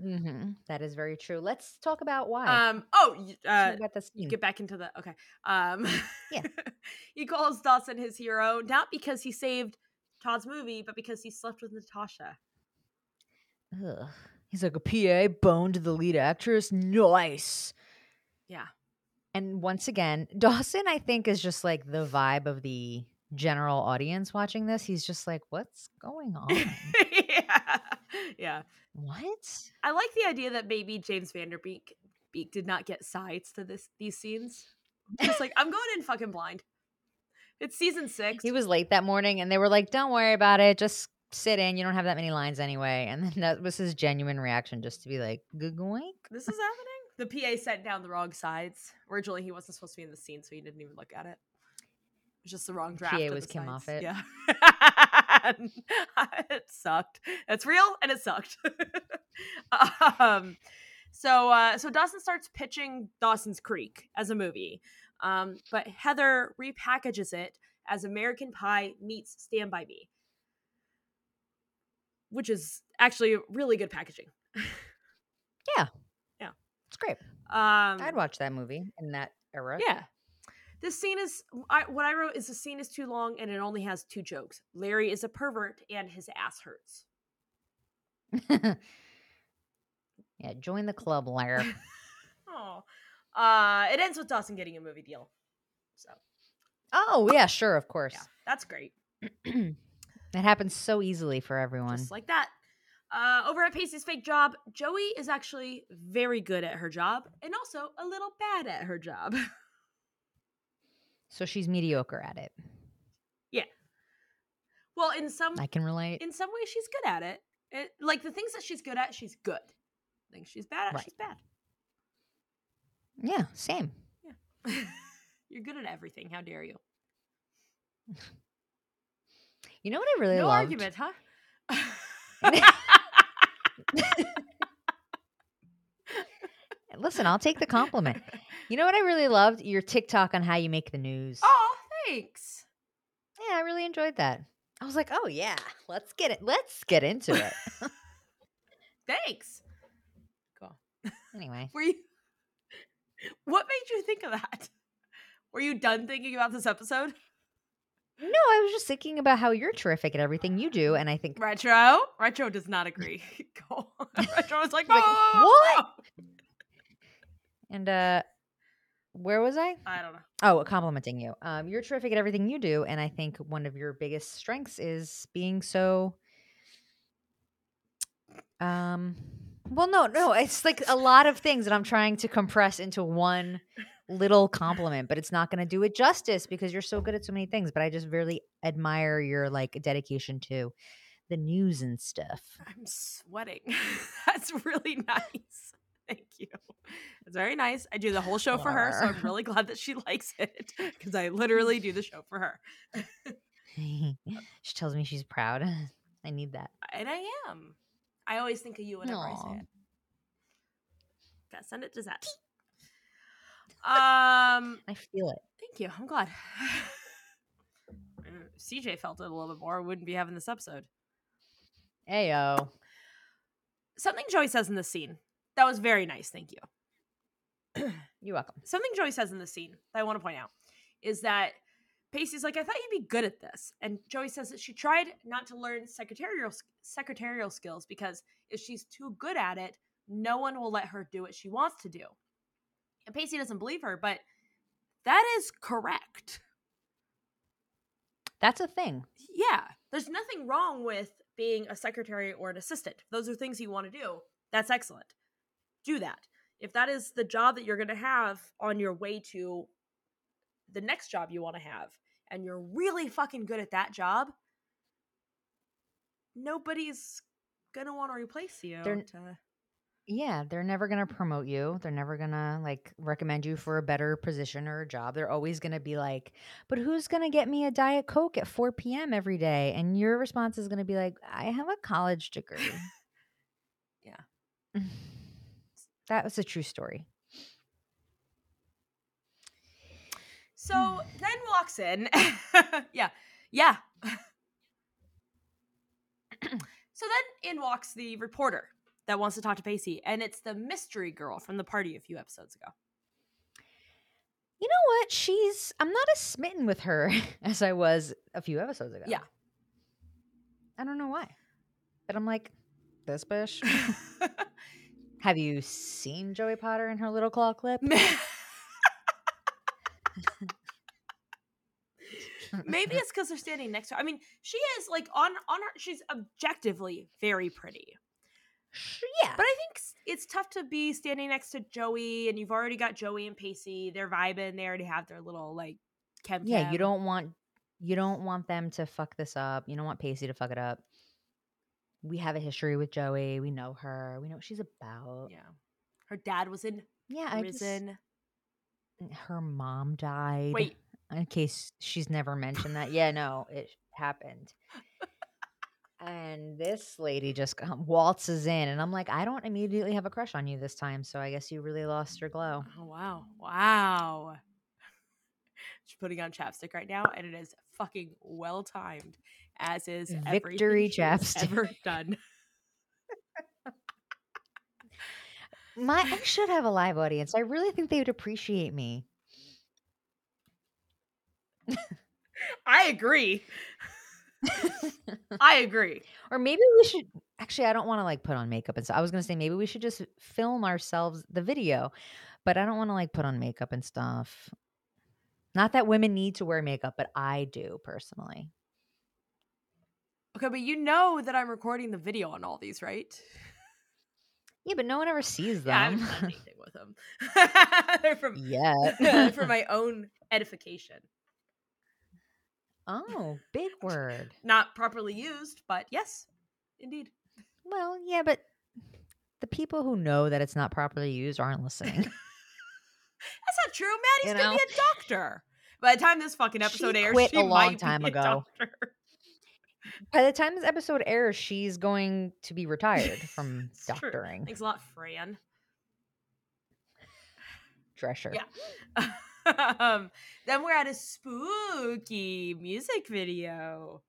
Speaker 2: hmm That is very true. Let's talk about why.
Speaker 1: Um. Oh. y-
Speaker 2: Let's
Speaker 1: Uh,
Speaker 2: talk about the scene.
Speaker 1: get back into the okay. Um,
Speaker 2: Yeah.
Speaker 1: he calls Dawson his hero not because he saved Todd's movie, but because he slept with Natasha.
Speaker 2: Ugh. He's like a PA boned the lead actress. Nice.
Speaker 1: Yeah.
Speaker 2: And once again, Dawson, I think, is just like the vibe of the general audience watching this. He's just like, what's going on?
Speaker 1: yeah, yeah.
Speaker 2: what?
Speaker 1: I like the idea that maybe James Vanderbeek Beek did not get sides to this these scenes. Just like I'm going in fucking blind. It's season six.
Speaker 2: He was late that morning, and they were like, "Don't worry about it. Just sit in. You don't have that many lines anyway." And then that was his genuine reaction, just to be like, "Goink."
Speaker 1: this is happening. The PA sent down the wrong sides. Originally, he wasn't supposed to be in the scene, so he didn't even look at it. It was just the wrong
Speaker 2: The
Speaker 1: draft.
Speaker 2: PA
Speaker 1: of
Speaker 2: was
Speaker 1: the
Speaker 2: Kim
Speaker 1: sides.
Speaker 2: Moffitt.
Speaker 1: Yeah, it sucked. That's real, and it sucked. um, so, uh, so Dawson starts pitching Dawson's Creek as a movie, um, but Heather repackages it as American Pie meets Stand by Me, which is actually really good packaging.
Speaker 2: It's great.
Speaker 1: Um,
Speaker 2: I'd watch that movie in that era.
Speaker 1: Yeah. This scene is I, what I wrote is the scene is too long and it only has two jokes. Larry is a pervert and his ass hurts.
Speaker 2: Yeah. join the club, liar.
Speaker 1: Oh. Uh it ends with Dawson getting a movie deal. So
Speaker 2: oh yeah, sure, of course.
Speaker 1: yeah, that's great.
Speaker 2: That happens so easily for everyone.
Speaker 1: Just like that. Uh, over at Pacey's fake job, Joey is actually very good at her job and also a little bad at her job.
Speaker 2: so she's mediocre at it.
Speaker 1: Mm-hmm. well, in some
Speaker 2: I can relate.
Speaker 1: in some ways she's good at it. it. Like the things that she's good at, she's good. Things she's bad at,
Speaker 2: Right.
Speaker 1: she's bad.
Speaker 2: yeah, same.
Speaker 1: You're good at everything. How dare you?
Speaker 2: You know what I really
Speaker 1: no
Speaker 2: loved?
Speaker 1: argument, huh?
Speaker 2: Listen, I'll take the compliment. You know what I really loved? Your TikTok on how you make the news.
Speaker 1: oh, thanks.
Speaker 2: Yeah, I really enjoyed that. I was like, oh yeah, let's get it. Let's get into it.
Speaker 1: Thanks.
Speaker 2: anyway,
Speaker 1: Were you? What made you think of that? Were you done thinking about this episode?
Speaker 2: no, I was just thinking about how you're terrific at everything you do, and I think
Speaker 1: Retro. Retro does not agree. Go on. Retro was like,
Speaker 2: Like,
Speaker 1: "Whoa,
Speaker 2: what?"
Speaker 1: whoa."
Speaker 2: and uh where was I?
Speaker 1: I don't know.
Speaker 2: Oh, complimenting you. Um, you're terrific at everything you do, and I think one of your biggest strengths is being so. Um, well, no, no, it's like a lot of things that I'm trying to compress into one little compliment, but it's not going to do it justice because you're so good at so many things. But I just really admire your like dedication to the news and stuff.
Speaker 1: I'm sweating. That's really nice. Thank you. It's very nice. I do the whole show for her, so I'm
Speaker 2: Whatever.
Speaker 1: really glad that she likes it because I literally do the show for her.
Speaker 2: she tells me she's proud. I need that.
Speaker 1: And I am. I always think of you whenever I
Speaker 2: Aw.
Speaker 1: say it. Gotta send it to Zach. Um,
Speaker 2: I feel it.
Speaker 1: thank you. I'm glad. Uh, CJ felt it a little bit more. Wouldn't be having this episode.
Speaker 2: Ayo.
Speaker 1: Something Joey says in this scene that was very nice. Thank you.
Speaker 2: You're welcome.
Speaker 1: something Joey says in the scene that I want to point out is that Pacey's like, I thought you'd be good at this. And Joey says that she tried not to learn secretarial s- secretarial skills because if she's too good at it, no one will let her do what she wants to do. And Pacey doesn't believe her, but that is correct.
Speaker 2: That's a thing.
Speaker 1: Yeah, there's nothing wrong with being a secretary or an assistant. If those are things you want to do. That's excellent. Do that. If that is the job that you're going to have on your way to the next job you want to have, and you're really fucking good at that job, nobody's going to want to replace you.
Speaker 2: They're-
Speaker 1: to-
Speaker 2: Yeah, they're never going to promote you. They're never going to like recommend you for a better position or a job. They're always going to be like, "But who's going to get me a diet coke at 4 p.m. every day?" And your response is going to be like, "I have a college degree."
Speaker 1: Yeah.
Speaker 2: that was a true story.
Speaker 1: So then walks in. yeah. Yeah. so then in walks the reporter that wants to talk to Pacey, and it's the mystery girl from the party a few episodes ago.
Speaker 2: You know what? She's I'm not as smitten with her as I was a few episodes ago.
Speaker 1: Yeah.
Speaker 2: I don't know why. But I'm like, this bitch. Have you seen Joey Potter and her little claw clip?
Speaker 1: Maybe it's because they're standing next to her. I mean, she is like on on her. She's objectively very pretty,
Speaker 2: Sh- yeah.
Speaker 1: but I think s- it's tough to be standing next to Joey, and you've already got Joey and Pacey. They're vibing. They already have their little like chem.
Speaker 2: yeah, you don't want you don't want them to fuck this up. You don't want Pacey to fuck it up. We have a history with Joey. We know her. We know what she's about.
Speaker 1: Yeah, her dad was in
Speaker 2: Yeah, I just-
Speaker 1: prison.
Speaker 2: her mom died.
Speaker 1: Wait,
Speaker 2: in case she's never mentioned that. Yeah, no, it happened. And this lady just come- waltzes in, and I'm like, I don't immediately have a crush on you this time, so I guess you really lost your glow.
Speaker 1: oh wow, wow. She's putting on chapstick right now, and it is fucking well timed, as is
Speaker 2: Victory
Speaker 1: everything she's
Speaker 2: chapstick.
Speaker 1: ever done.
Speaker 2: My, I should have a live audience. I really think they would appreciate me.
Speaker 1: I agree. I agree.
Speaker 2: Or maybe we should actually I don't want to like put on makeup and stuff. I was gonna say maybe we should just film ourselves the video, but I don't want to like put on makeup and stuff. Not that women need to wear makeup, but I do personally.
Speaker 1: Okay, but you know that I'm recording the video on all these, right?
Speaker 2: Yeah, but no one ever sees
Speaker 1: Yeah, I haven't
Speaker 2: them.
Speaker 1: done anything with them. They're from
Speaker 2: Yet.
Speaker 1: for my own edification.
Speaker 2: oh, big word.
Speaker 1: Not properly used, but yes, indeed.
Speaker 2: Well, yeah, but the people who know that it's not properly used aren't listening.
Speaker 1: That's not true.
Speaker 2: You
Speaker 1: Maddie's gonna be a doctor. By the time this fucking episode
Speaker 2: She
Speaker 1: airs,
Speaker 2: quit
Speaker 1: she
Speaker 2: a long
Speaker 1: might
Speaker 2: time
Speaker 1: be
Speaker 2: ago.
Speaker 1: a doctor.
Speaker 2: By the time this episode airs, she's going to be retired from
Speaker 1: It's true.
Speaker 2: doctoring.
Speaker 1: Thanks a lot, Fran.
Speaker 2: Drescher.
Speaker 1: Yeah. um, then we're at a spooky music video.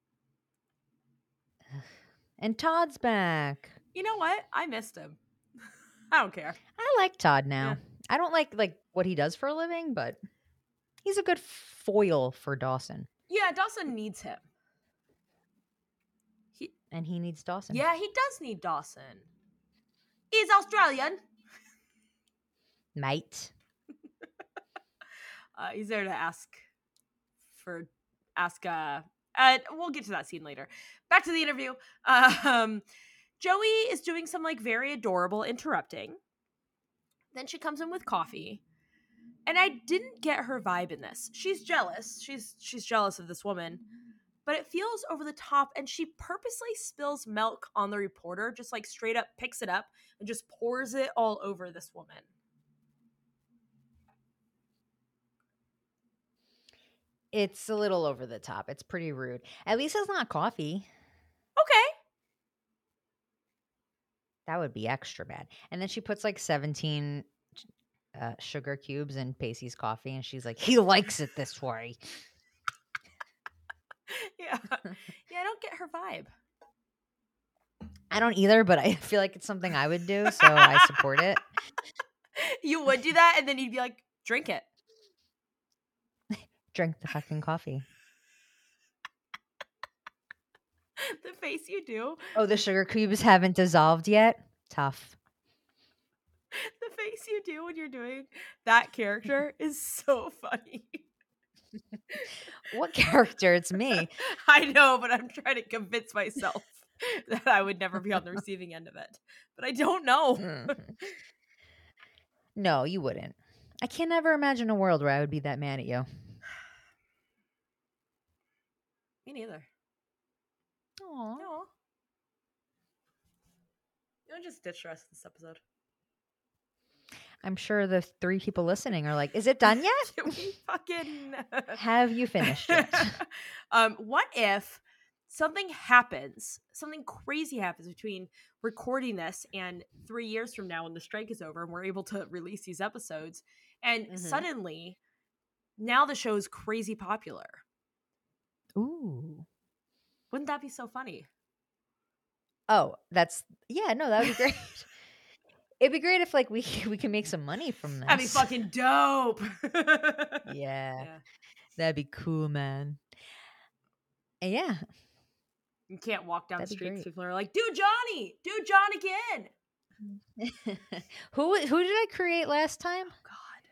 Speaker 2: And Todd's back.
Speaker 1: You know what? I missed him. I don't care.
Speaker 2: I like Todd now. I don't like like what he does for a living, but he's a good foil for Dawson,
Speaker 1: Yeah, Dawson needs him. He,
Speaker 2: and he needs Dawson.
Speaker 1: yeah, he does need Dawson. He's Australian.
Speaker 2: mate.
Speaker 1: Uh, he's there to ask for ask. Uh, uh, we'll get to that scene later. Back to the interview. Um, Joey is doing some like very adorable interrupting. Then she comes in with coffee, and I didn't get her vibe in this. She's jealous. She's she's jealous of this woman, but it feels over the top. And she purposely spills milk on the reporter, just like straight up picks it up and just pours it all over this woman.
Speaker 2: It's a little over the top. It's pretty rude. At least it's not coffee.
Speaker 1: Okay,
Speaker 2: That would be extra bad. And then she puts like 17 uh, sugar cubes in Pacey's coffee, and she's like, he likes it this way.
Speaker 1: yeah, yeah. I don't get her vibe.
Speaker 2: I don't either, but I feel like it's something I would do, so I support it.
Speaker 1: you would do that, and then you'd be like, drink it.
Speaker 2: Drink the fucking coffee.
Speaker 1: The face you do,
Speaker 2: Oh, the sugar cubes haven't dissolved yet? Tough.
Speaker 1: the face you do when you're doing that character is so funny.
Speaker 2: What character? It's me.
Speaker 1: I know, but I'm trying to convince myself that I would never be on the receiving end of it. But I don't know.
Speaker 2: Mhm. No, you wouldn't. I can never imagine a world where I would be that mad at you.
Speaker 1: Me neither.
Speaker 2: Aw.
Speaker 1: No. You don't just ditch us this episode.
Speaker 2: I'm sure the three people listening are like, is it done yet?
Speaker 1: Did we fucking
Speaker 2: Have you finished it?
Speaker 1: um, what if something happens, something crazy happens between recording this and three years from now when the strike is over and we're able to release these episodes, and
Speaker 2: Mhm.
Speaker 1: suddenly now the show is crazy popular?
Speaker 2: Ooh.
Speaker 1: Wouldn't that be so funny?
Speaker 2: Oh, that's yeah. No, that would be great. It'd be great if like we we can make some money from this.
Speaker 1: That'd be fucking dope.
Speaker 2: Yeah.
Speaker 1: Yeah.
Speaker 2: that'd be cool, man. And yeah,
Speaker 1: You can't walk down
Speaker 2: That'd be
Speaker 1: the streets.
Speaker 2: great.
Speaker 1: People are like, do Johnny, do John again.
Speaker 2: who who did I create last time?
Speaker 1: God.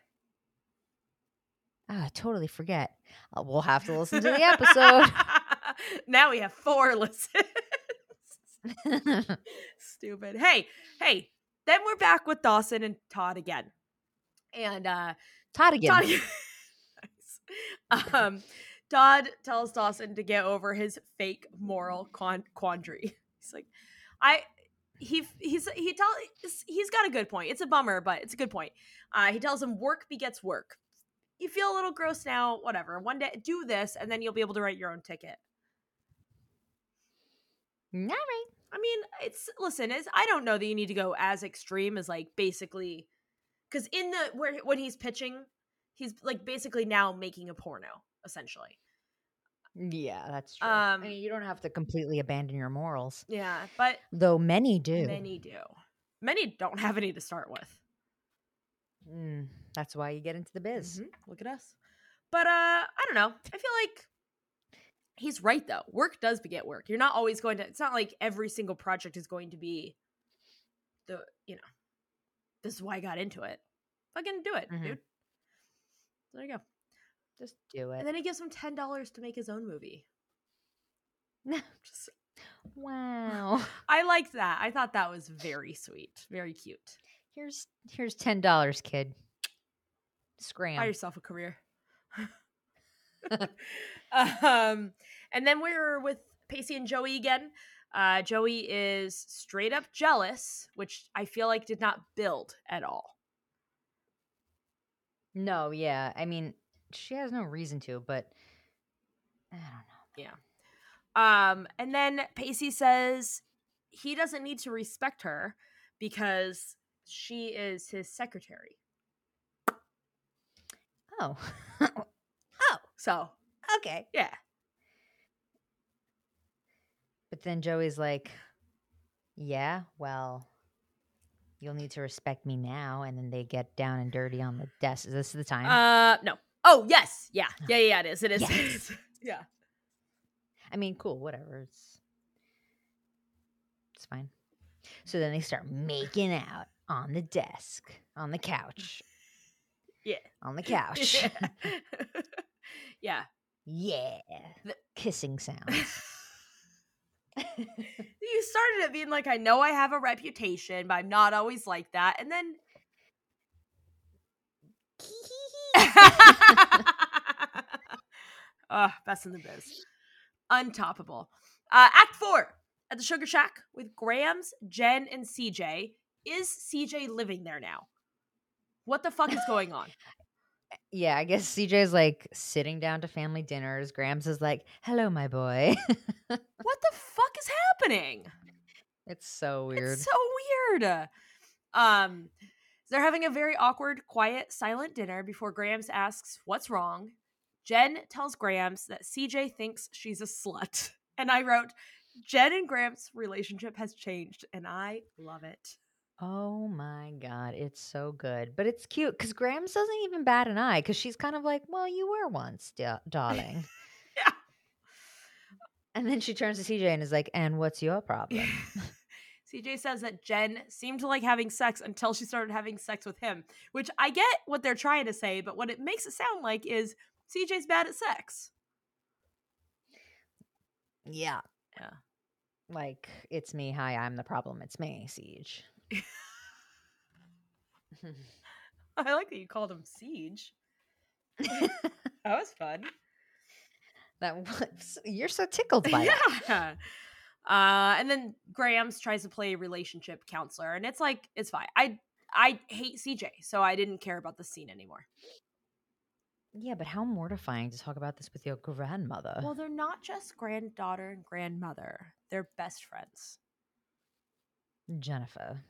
Speaker 2: Ah, I totally forget. Uh, we'll have to listen to the episode.
Speaker 1: now we have four listens. Stupid. Hey, hey. Then we're back with Dawson and Todd again. And uh
Speaker 2: Todd again.
Speaker 1: Todd Nice. Um Todd tells Dawson to get over his fake moral con- quandary. He's like, I he he's he tell he's got a good point. It's a bummer, but it's a good point. Uh he tells him work begets work. You feel a little gross now, whatever. One day do this and then you'll be able to write your own ticket.
Speaker 2: All right.
Speaker 1: I mean, it's listen. It's, I don't know that you need to go as extreme as like basically, because in the where when he's pitching, he's like basically now making a porno essentially.
Speaker 2: Yeah, that's true.
Speaker 1: Um,
Speaker 2: I mean, you don't have to completely abandon your morals,
Speaker 1: Yeah, but
Speaker 2: though many do.
Speaker 1: many do. Many don't have any to start with.
Speaker 2: Mm, that's why you get into the biz.
Speaker 1: Mhm, Look at us. But uh, I don't know. I feel like he's right though. Work does beget work. You're not always going to. It's not like every single project is going to be the you know. This is why I got into it. Fucking do it,
Speaker 2: Mhm.
Speaker 1: dude. There you go.
Speaker 2: Just do it.
Speaker 1: And then he gives him ten dollars to make his own movie. Just,
Speaker 2: wow.
Speaker 1: I liked that. I thought that was very sweet, very cute.
Speaker 2: Here's here's ten dollars, kid. Scram.
Speaker 1: Buy yourself a career. um, and then we're with Pacey and Joey again. Uh, Joey is straight up jealous, which I feel like did not build at all.
Speaker 2: No, yeah. I mean, she has no reason to, but I don't know.
Speaker 1: Um, and then Pacey says he doesn't need to respect her because she is his secretary.
Speaker 2: Oh.
Speaker 1: So
Speaker 2: okay.
Speaker 1: yeah,
Speaker 2: But then Joey's like, Yeah, well, you'll need to respect me now. And then they get down and dirty on the desk. Is this the time?
Speaker 1: Uh, no. Oh, yes. Yeah.
Speaker 2: No.
Speaker 1: Yeah. Yeah. yeah, It is. It is. it
Speaker 2: Yes.
Speaker 1: is. yeah.
Speaker 2: I mean, cool, whatever. It's it's fine. So then they start making out on the desk, on the couch.
Speaker 1: Yeah.
Speaker 2: On the couch.
Speaker 1: yeah.
Speaker 2: yeah.
Speaker 1: The-
Speaker 2: Kissing sounds.
Speaker 1: you started it being like, I know I have a reputation, but I'm not always like that. And then. oh, best in the biz. Untoppable. Uh, act four at the Sugar Shack with Grams, Jen, and CJ. Is CJ living there now? What the fuck is going on?
Speaker 2: yeah, I guess CJ's like sitting down to family dinners. Grams is like, hello, my boy.
Speaker 1: what the fuck is happening?
Speaker 2: it's so weird.
Speaker 1: It's so weird. Um, they're having a very awkward, quiet, silent dinner before Grams asks, What's wrong? Jen tells Grams that CJ thinks she's a slut. And I wrote, Jen and Grams' relationship has changed, and I love it.
Speaker 2: Oh my god, it's so good, but it's cute because Grams doesn't even bat an eye because she's kind of like, "Well, you were once, da- darling."
Speaker 1: Yeah.
Speaker 2: And then she turns to CJ and is like, "And what's your problem?"
Speaker 1: CJ says that Jen seemed to like having sex until she started having sex with him, which I get what they're trying to say, but what it makes it sound like is CJ's bad at sex.
Speaker 2: yeah.
Speaker 1: Yeah.
Speaker 2: Like it's me. Hi, I'm the problem. It's me, Siege.
Speaker 1: I like that you called him Siege. That was fun.
Speaker 2: that was, you're so tickled by it.
Speaker 1: yeah. Uh, and then Graham's tries to play relationship counselor, and it's like it's fine. I I hate CJ, so I didn't care about the scene anymore.
Speaker 2: Yeah, but how mortifying to talk about this with your grandmother.
Speaker 1: Well, they're not just granddaughter and grandmother; they're best friends.
Speaker 2: Jennifer.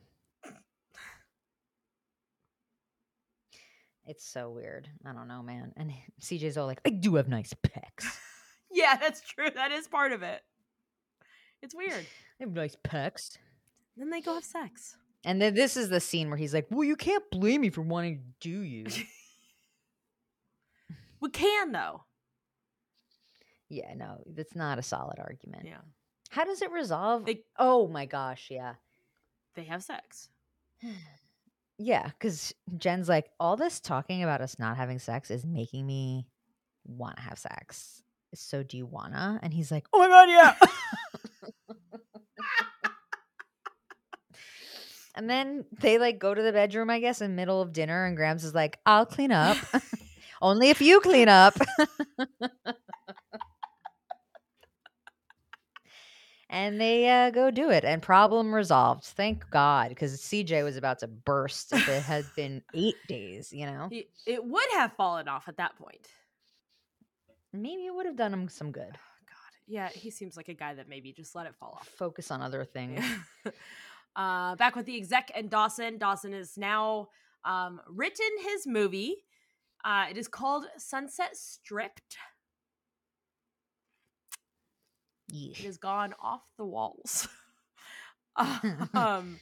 Speaker 2: It's so weird. I don't know, man. And CJ's all like, I do have nice pecs.
Speaker 1: Yeah, that's true. That is part of it. It's weird.
Speaker 2: I have nice pecs.
Speaker 1: Then they go have sex.
Speaker 2: And then this is the scene where he's like, Well, you can't blame me for wanting to do you.
Speaker 1: We can though.
Speaker 2: yeah, no, that's not a solid argument.
Speaker 1: Yeah,
Speaker 2: How does it resolve?
Speaker 1: They-
Speaker 2: oh my gosh, yeah.
Speaker 1: they have sex.
Speaker 2: Yeah, because Jen's like, all this talking about us not having sex is making me want to have sex. So do you wanna? And he's like, oh my god, yeah. and then they like go to the bedroom, I guess, in middle of dinner, and Grams is like, I'll clean up. Only if you clean up. and they uh, go do it, and problem resolved. Thank God, because CJ was about to burst if it had been eight days, you know?
Speaker 1: It, it would have fallen off at that point.
Speaker 2: Maybe it would have done him some good.
Speaker 1: God, yeah, he seems like a guy that maybe just let it fall off.
Speaker 2: Focus on other things.
Speaker 1: Yeah. uh, back with the exec and Dawson. Dawson has now um, written his movie. Uh, it is called Sunset Stripped. It
Speaker 2: Yeesh.
Speaker 1: has gone off the walls. um,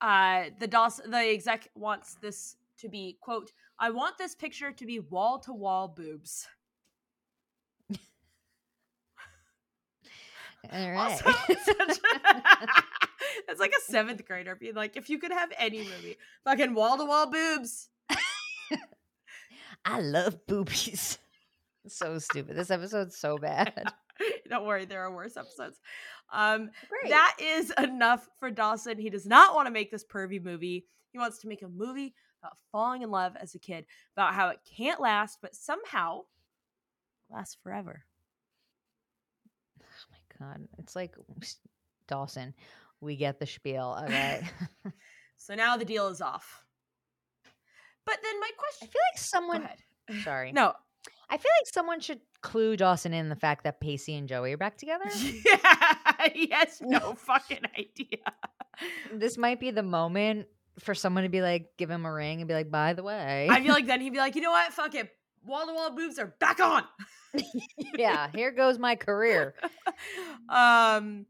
Speaker 1: uh, the Dawson, the exec wants this to be quote. I want this picture to be wall to wall boobs.
Speaker 2: All right.
Speaker 1: Also, it's such a- it's like a seventh grader being like, if you could have any movie, fucking wall to wall boobs.
Speaker 2: I love boobies. so stupid. This episode's so bad.
Speaker 1: Don't worry, there are worse episodes. Um,
Speaker 2: Great.
Speaker 1: that is enough for Dawson. He does not want to make this pervy movie. He wants to make a movie about falling in love as a kid, about how it can't last, but somehow lasts forever.
Speaker 2: oh my god. It's like s- Dawson. We get the spiel. All right. I
Speaker 1: So now the deal is off. But then my question.
Speaker 2: feel like
Speaker 1: Go
Speaker 2: someone
Speaker 1: ahead.
Speaker 2: sorry.
Speaker 1: No.
Speaker 2: I feel like someone should clue Dawson in the fact that Pacey and Joey are back together.
Speaker 1: Yeah. He has no fucking idea.
Speaker 2: this might be the moment for someone to be like, give him a ring and be like, by the way.
Speaker 1: I feel like then he'd be like, you know what? Fuck it. Wall to wall boobs are back on.
Speaker 2: yeah, here goes my career.
Speaker 1: um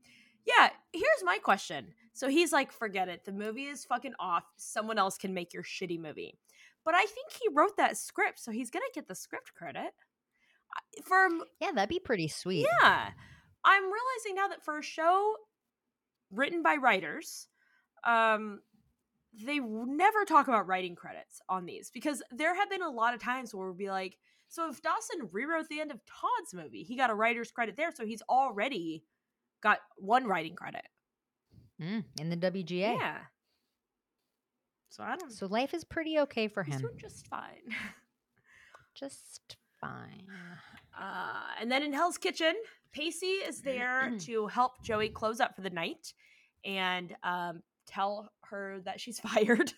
Speaker 1: yeah here's my question So he's like, forget it. The movie is fucking off. Someone else can make your shitty movie. But I think he wrote that script, so he's gonna get the script credit. I- For a m-
Speaker 2: Yeah, that'd be pretty sweet.
Speaker 1: yeah, I'm realizing now that for a show written by writers, um, they w- never talk about writing credits on these because there have been a lot of times where we'll be like, so if Dawson rewrote the end of Todd's movie, he got a writer's credit there, so he's already got one writing credit.
Speaker 2: Mm, in the WGA.
Speaker 1: Yeah. So I don't.
Speaker 2: So life is pretty okay for
Speaker 1: he's
Speaker 2: him.
Speaker 1: doing just fine.
Speaker 2: Just fine.
Speaker 1: Uh, and then in Hell's Kitchen, Pacey is there to help Joey close up for the night and um, tell her that she's fired.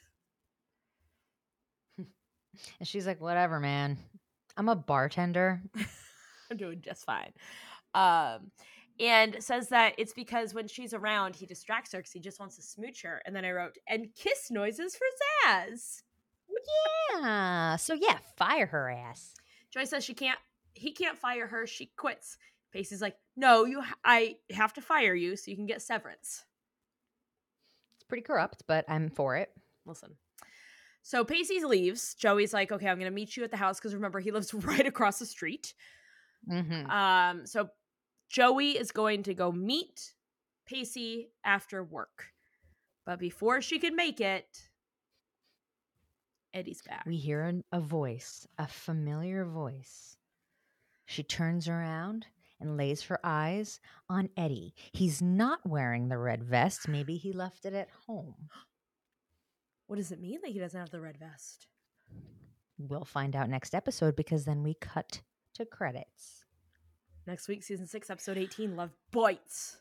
Speaker 2: And she's like, whatever, man. I'm a bartender.
Speaker 1: I'm doing just fine. Um, and says that it's because when she's around, he distracts her because he just wants to smooch her. And then I wrote, and kiss noises for Zaz.
Speaker 2: Yeah. So yeah, fire her ass.
Speaker 1: Joy says she can't. He can't fire her. She quits. Pacey's like, no, you. ha- I have to fire you so you can get severance.
Speaker 2: It's pretty corrupt, but I'm for it.
Speaker 1: listen. So Pacey leaves. Joey's like, okay, I'm gonna meet you at the house because remember he lives right across the street.
Speaker 2: hmm
Speaker 1: Um, so Joey is going to go meet Pacey after work, but before she can make it, Eddie's back.
Speaker 2: We hear an- a voice, a familiar voice. She turns around and lays her eyes on Eddie. He's not wearing the red vest. Maybe he left it at home.
Speaker 1: What does it mean that he doesn't have the red vest?
Speaker 2: We'll find out next episode because then we cut to credits.
Speaker 1: Next week, season six, episode eighteen, Love Bites.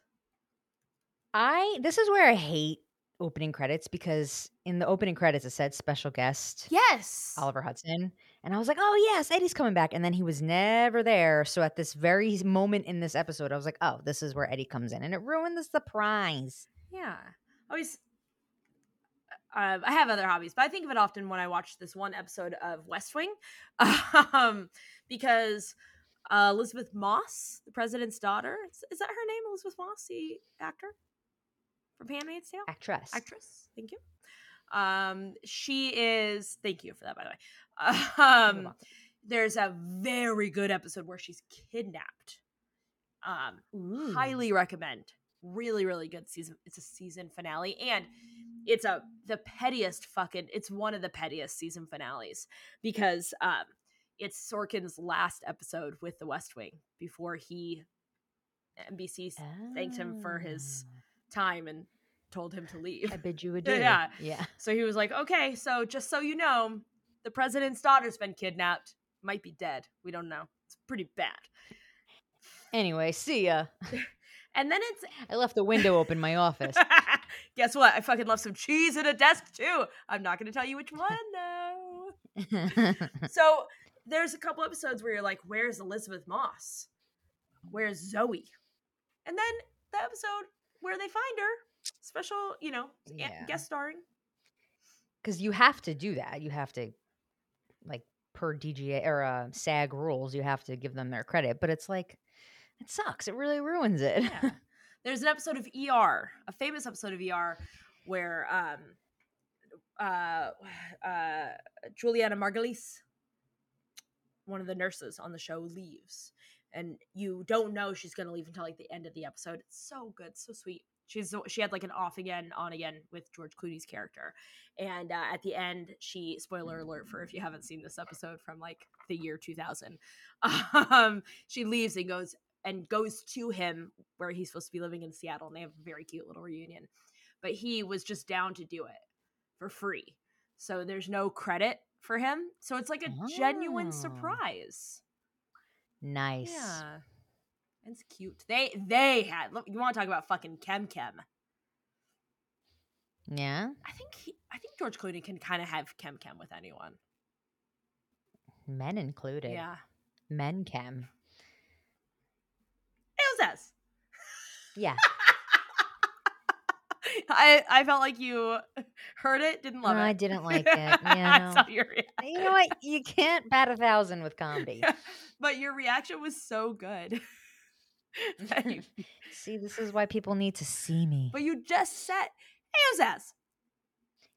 Speaker 2: I this is where I hate opening credits because in the opening credits it said special guest
Speaker 1: Yes.
Speaker 2: Oliver Hudson. And I was like, oh, yes, Eddie's coming back. And then he was never there. So at this very moment in this episode, I was like, oh, this is where Eddie comes in. And it ruined the surprise.
Speaker 1: Yeah. I Always. Uh, I have other hobbies, but I think of it often when I watch this one episode of West Wing, um, because uh, Elizabeth Moss, the president's daughter, is, is that her name? Elizabeth Moss, the actor from *Handmaid's Tale*,
Speaker 2: Actress.
Speaker 1: actress. Thank you. Um, she is. Thank you for that, by the way.
Speaker 2: You're
Speaker 1: Um,
Speaker 2: welcome.
Speaker 1: there's a very good episode where she's kidnapped. Um,
Speaker 2: Ooh.
Speaker 1: highly recommend really really good season it's a season finale and it's a the pettiest fucking it's one of the pettiest season finales because um it's sorkin's last episode with the west wing before he nbc thanked him for his- time and told him to leave
Speaker 2: I bid you adieu.
Speaker 1: Yeah.
Speaker 2: Ah. Yeah.
Speaker 1: so he was like okay so just so you know the president's daughter's been kidnapped might be dead we don't know it's pretty bad
Speaker 2: Anyway, see ya.
Speaker 1: and then it's
Speaker 2: I left the window open in my office.
Speaker 1: Guess what? I fucking left some cheese in a desk too. I'm not gonna tell you which one though. so there's a couple episodes where you're like, where's Elizabeth Moss? Where's Zoe? And then the episode where they find her, special, you know, a-
Speaker 2: Yeah.
Speaker 1: guest starring.
Speaker 2: Because you have to do that. You have to, like, per DGA or uh, SAG rules, you have to give them their credit. But it's like, it sucks. It really ruins it.
Speaker 1: Yeah. There's an episode of ER, a famous episode of ER, where um uh uh Juliana Margulies, one of the nurses on the show, leaves. And you don't know she's gonna leave until like the end of the episode. It's so good, so sweet. She's the- she had like an off again, on again with George Clooney's character, and uh, at the end, she spoiler alert for if you haven't seen this episode from like the year 2000, um, she leaves and goes and goes to him where he's supposed to be living in Seattle, and they have a very cute little reunion. But he was just down to do it for free, so there's no credit for him. So it's like a
Speaker 2: Oh.
Speaker 1: genuine surprise.
Speaker 2: Nice.
Speaker 1: Yeah, it's cute. They they had look, you want to talk about fucking Kem Kem.
Speaker 2: yeah?
Speaker 1: I think he, I think George Clooney can kind of have Kem Kem with anyone.
Speaker 2: men included.
Speaker 1: Yeah,
Speaker 2: Men chem.
Speaker 1: it was us.
Speaker 2: Yeah.
Speaker 1: I I felt like you heard it, didn't love
Speaker 2: No,
Speaker 1: it.
Speaker 2: I didn't like it. Yeah,
Speaker 1: I
Speaker 2: no.
Speaker 1: saw your reaction.
Speaker 2: You know what? You can't bat a thousand with comedy.
Speaker 1: but your reaction was so good. that you-
Speaker 2: See, this is why people need to see me.
Speaker 1: but you just said, hey, Zaz,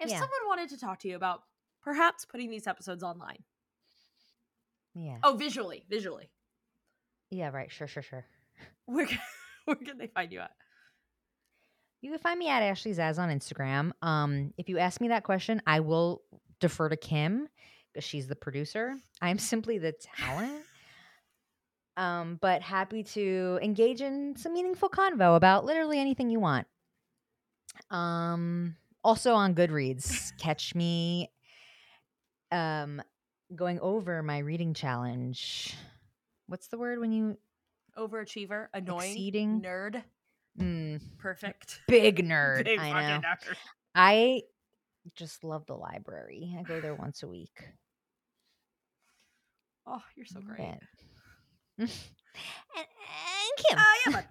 Speaker 1: if
Speaker 2: Yeah.
Speaker 1: someone wanted to talk to you about perhaps putting these episodes online,
Speaker 2: yeah.
Speaker 1: oh, visually, visually,
Speaker 2: Yeah, right. Sure, sure, sure.
Speaker 1: where can, where can they find you at?
Speaker 2: You can find me at Ashley Zaz on Instagram. Um, if you ask me that question, I will defer to Kim because she's the producer. I'm simply the talent. Um, but happy to engage in some meaningful convo about literally anything you want. Um, also on Goodreads, catch me um going over my reading challenge. What's the word when you
Speaker 1: Overachiever, annoying,
Speaker 2: Exceeding.
Speaker 1: nerd,
Speaker 2: mm,
Speaker 1: perfect.
Speaker 2: big nerd?
Speaker 1: Big
Speaker 2: I know.
Speaker 1: fucking nerd.
Speaker 2: I just love the library. I go there once a week.
Speaker 1: Oh, you're so
Speaker 2: Love
Speaker 1: great.
Speaker 2: it. and, and Kim,
Speaker 1: Uh, yeah, but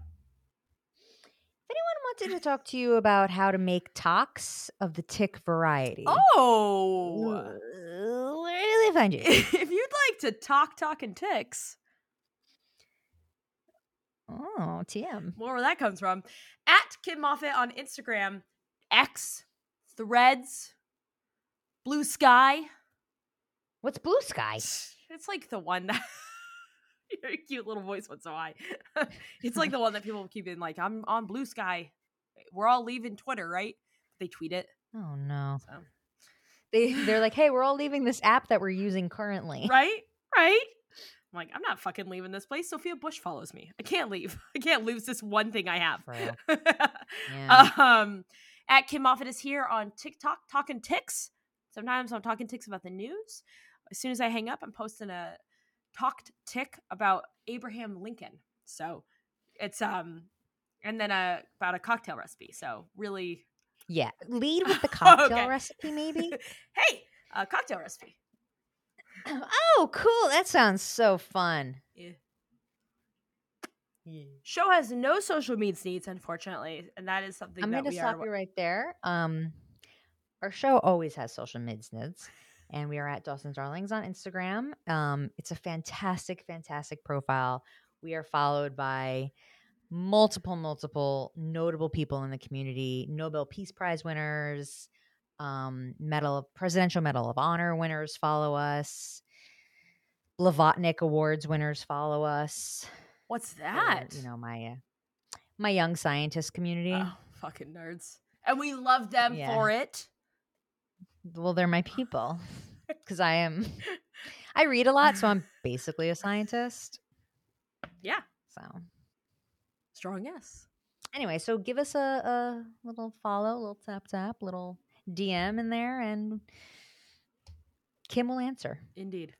Speaker 2: if anyone wanted to talk to you about how to make tox of the tick variety,
Speaker 1: Oh,
Speaker 2: Ooh, where do they find you?
Speaker 1: if you'd like to talk, talk, and ticks,
Speaker 2: oh, TM.
Speaker 1: more where that comes from, at Kim Moffitt on Instagram, X, Threads, Blue Sky.
Speaker 2: What's blue sky?
Speaker 1: It's like the one that your cute little voice went so high. it's like the one that people keep in like, I'm on Blue Sky. We're all leaving Twitter, right? They tweet it.
Speaker 2: Oh no.
Speaker 1: So.
Speaker 2: They they're like, hey, we're all leaving this app that we're using currently.
Speaker 1: right? Right? I'm like, I'm not fucking leaving this place. Sophia Bush follows me. I can't leave. I can't lose this one thing I have.
Speaker 2: For real. Yeah.
Speaker 1: um, at Kim Moffitt is here on TikTok talking ticks. Sometimes I'm talking ticks about the news. As soon as I hang up, I'm posting a talked tick about Abraham Lincoln. So it's um, and then a about a cocktail recipe. So really,
Speaker 2: yeah. Lead with the cocktail
Speaker 1: Okay.
Speaker 2: recipe, maybe.
Speaker 1: hey, a cocktail recipe.
Speaker 2: oh, cool. That sounds so fun.
Speaker 1: Yeah.
Speaker 2: Yeah.
Speaker 1: Show has no social media needs, unfortunately, and that is something
Speaker 2: I'm
Speaker 1: that
Speaker 2: going to
Speaker 1: we are.
Speaker 2: stop you right there. Um, our show always has social mids nids, and we are at Dawson's Darlings on Instagram. Um, it's a fantastic, fantastic profile. We are followed by multiple, multiple notable people in the community, Nobel Peace Prize winners, um, Medal of Presidential Medal of Honor winners follow us. Blavatnik Awards winners follow us.
Speaker 1: What's
Speaker 2: for,
Speaker 1: that?
Speaker 2: you know my uh, my young scientist community.
Speaker 1: Oh, fucking nerds. And we love them
Speaker 2: Yeah.
Speaker 1: for it.
Speaker 2: Well, they're my people because I am. I read a lot, so I'm basically a scientist.
Speaker 1: Yeah.
Speaker 2: So
Speaker 1: Strong yes.
Speaker 2: anyway, so give us a, a little follow, little tap tap, little DM in there, and Kim will answer.
Speaker 1: Indeed.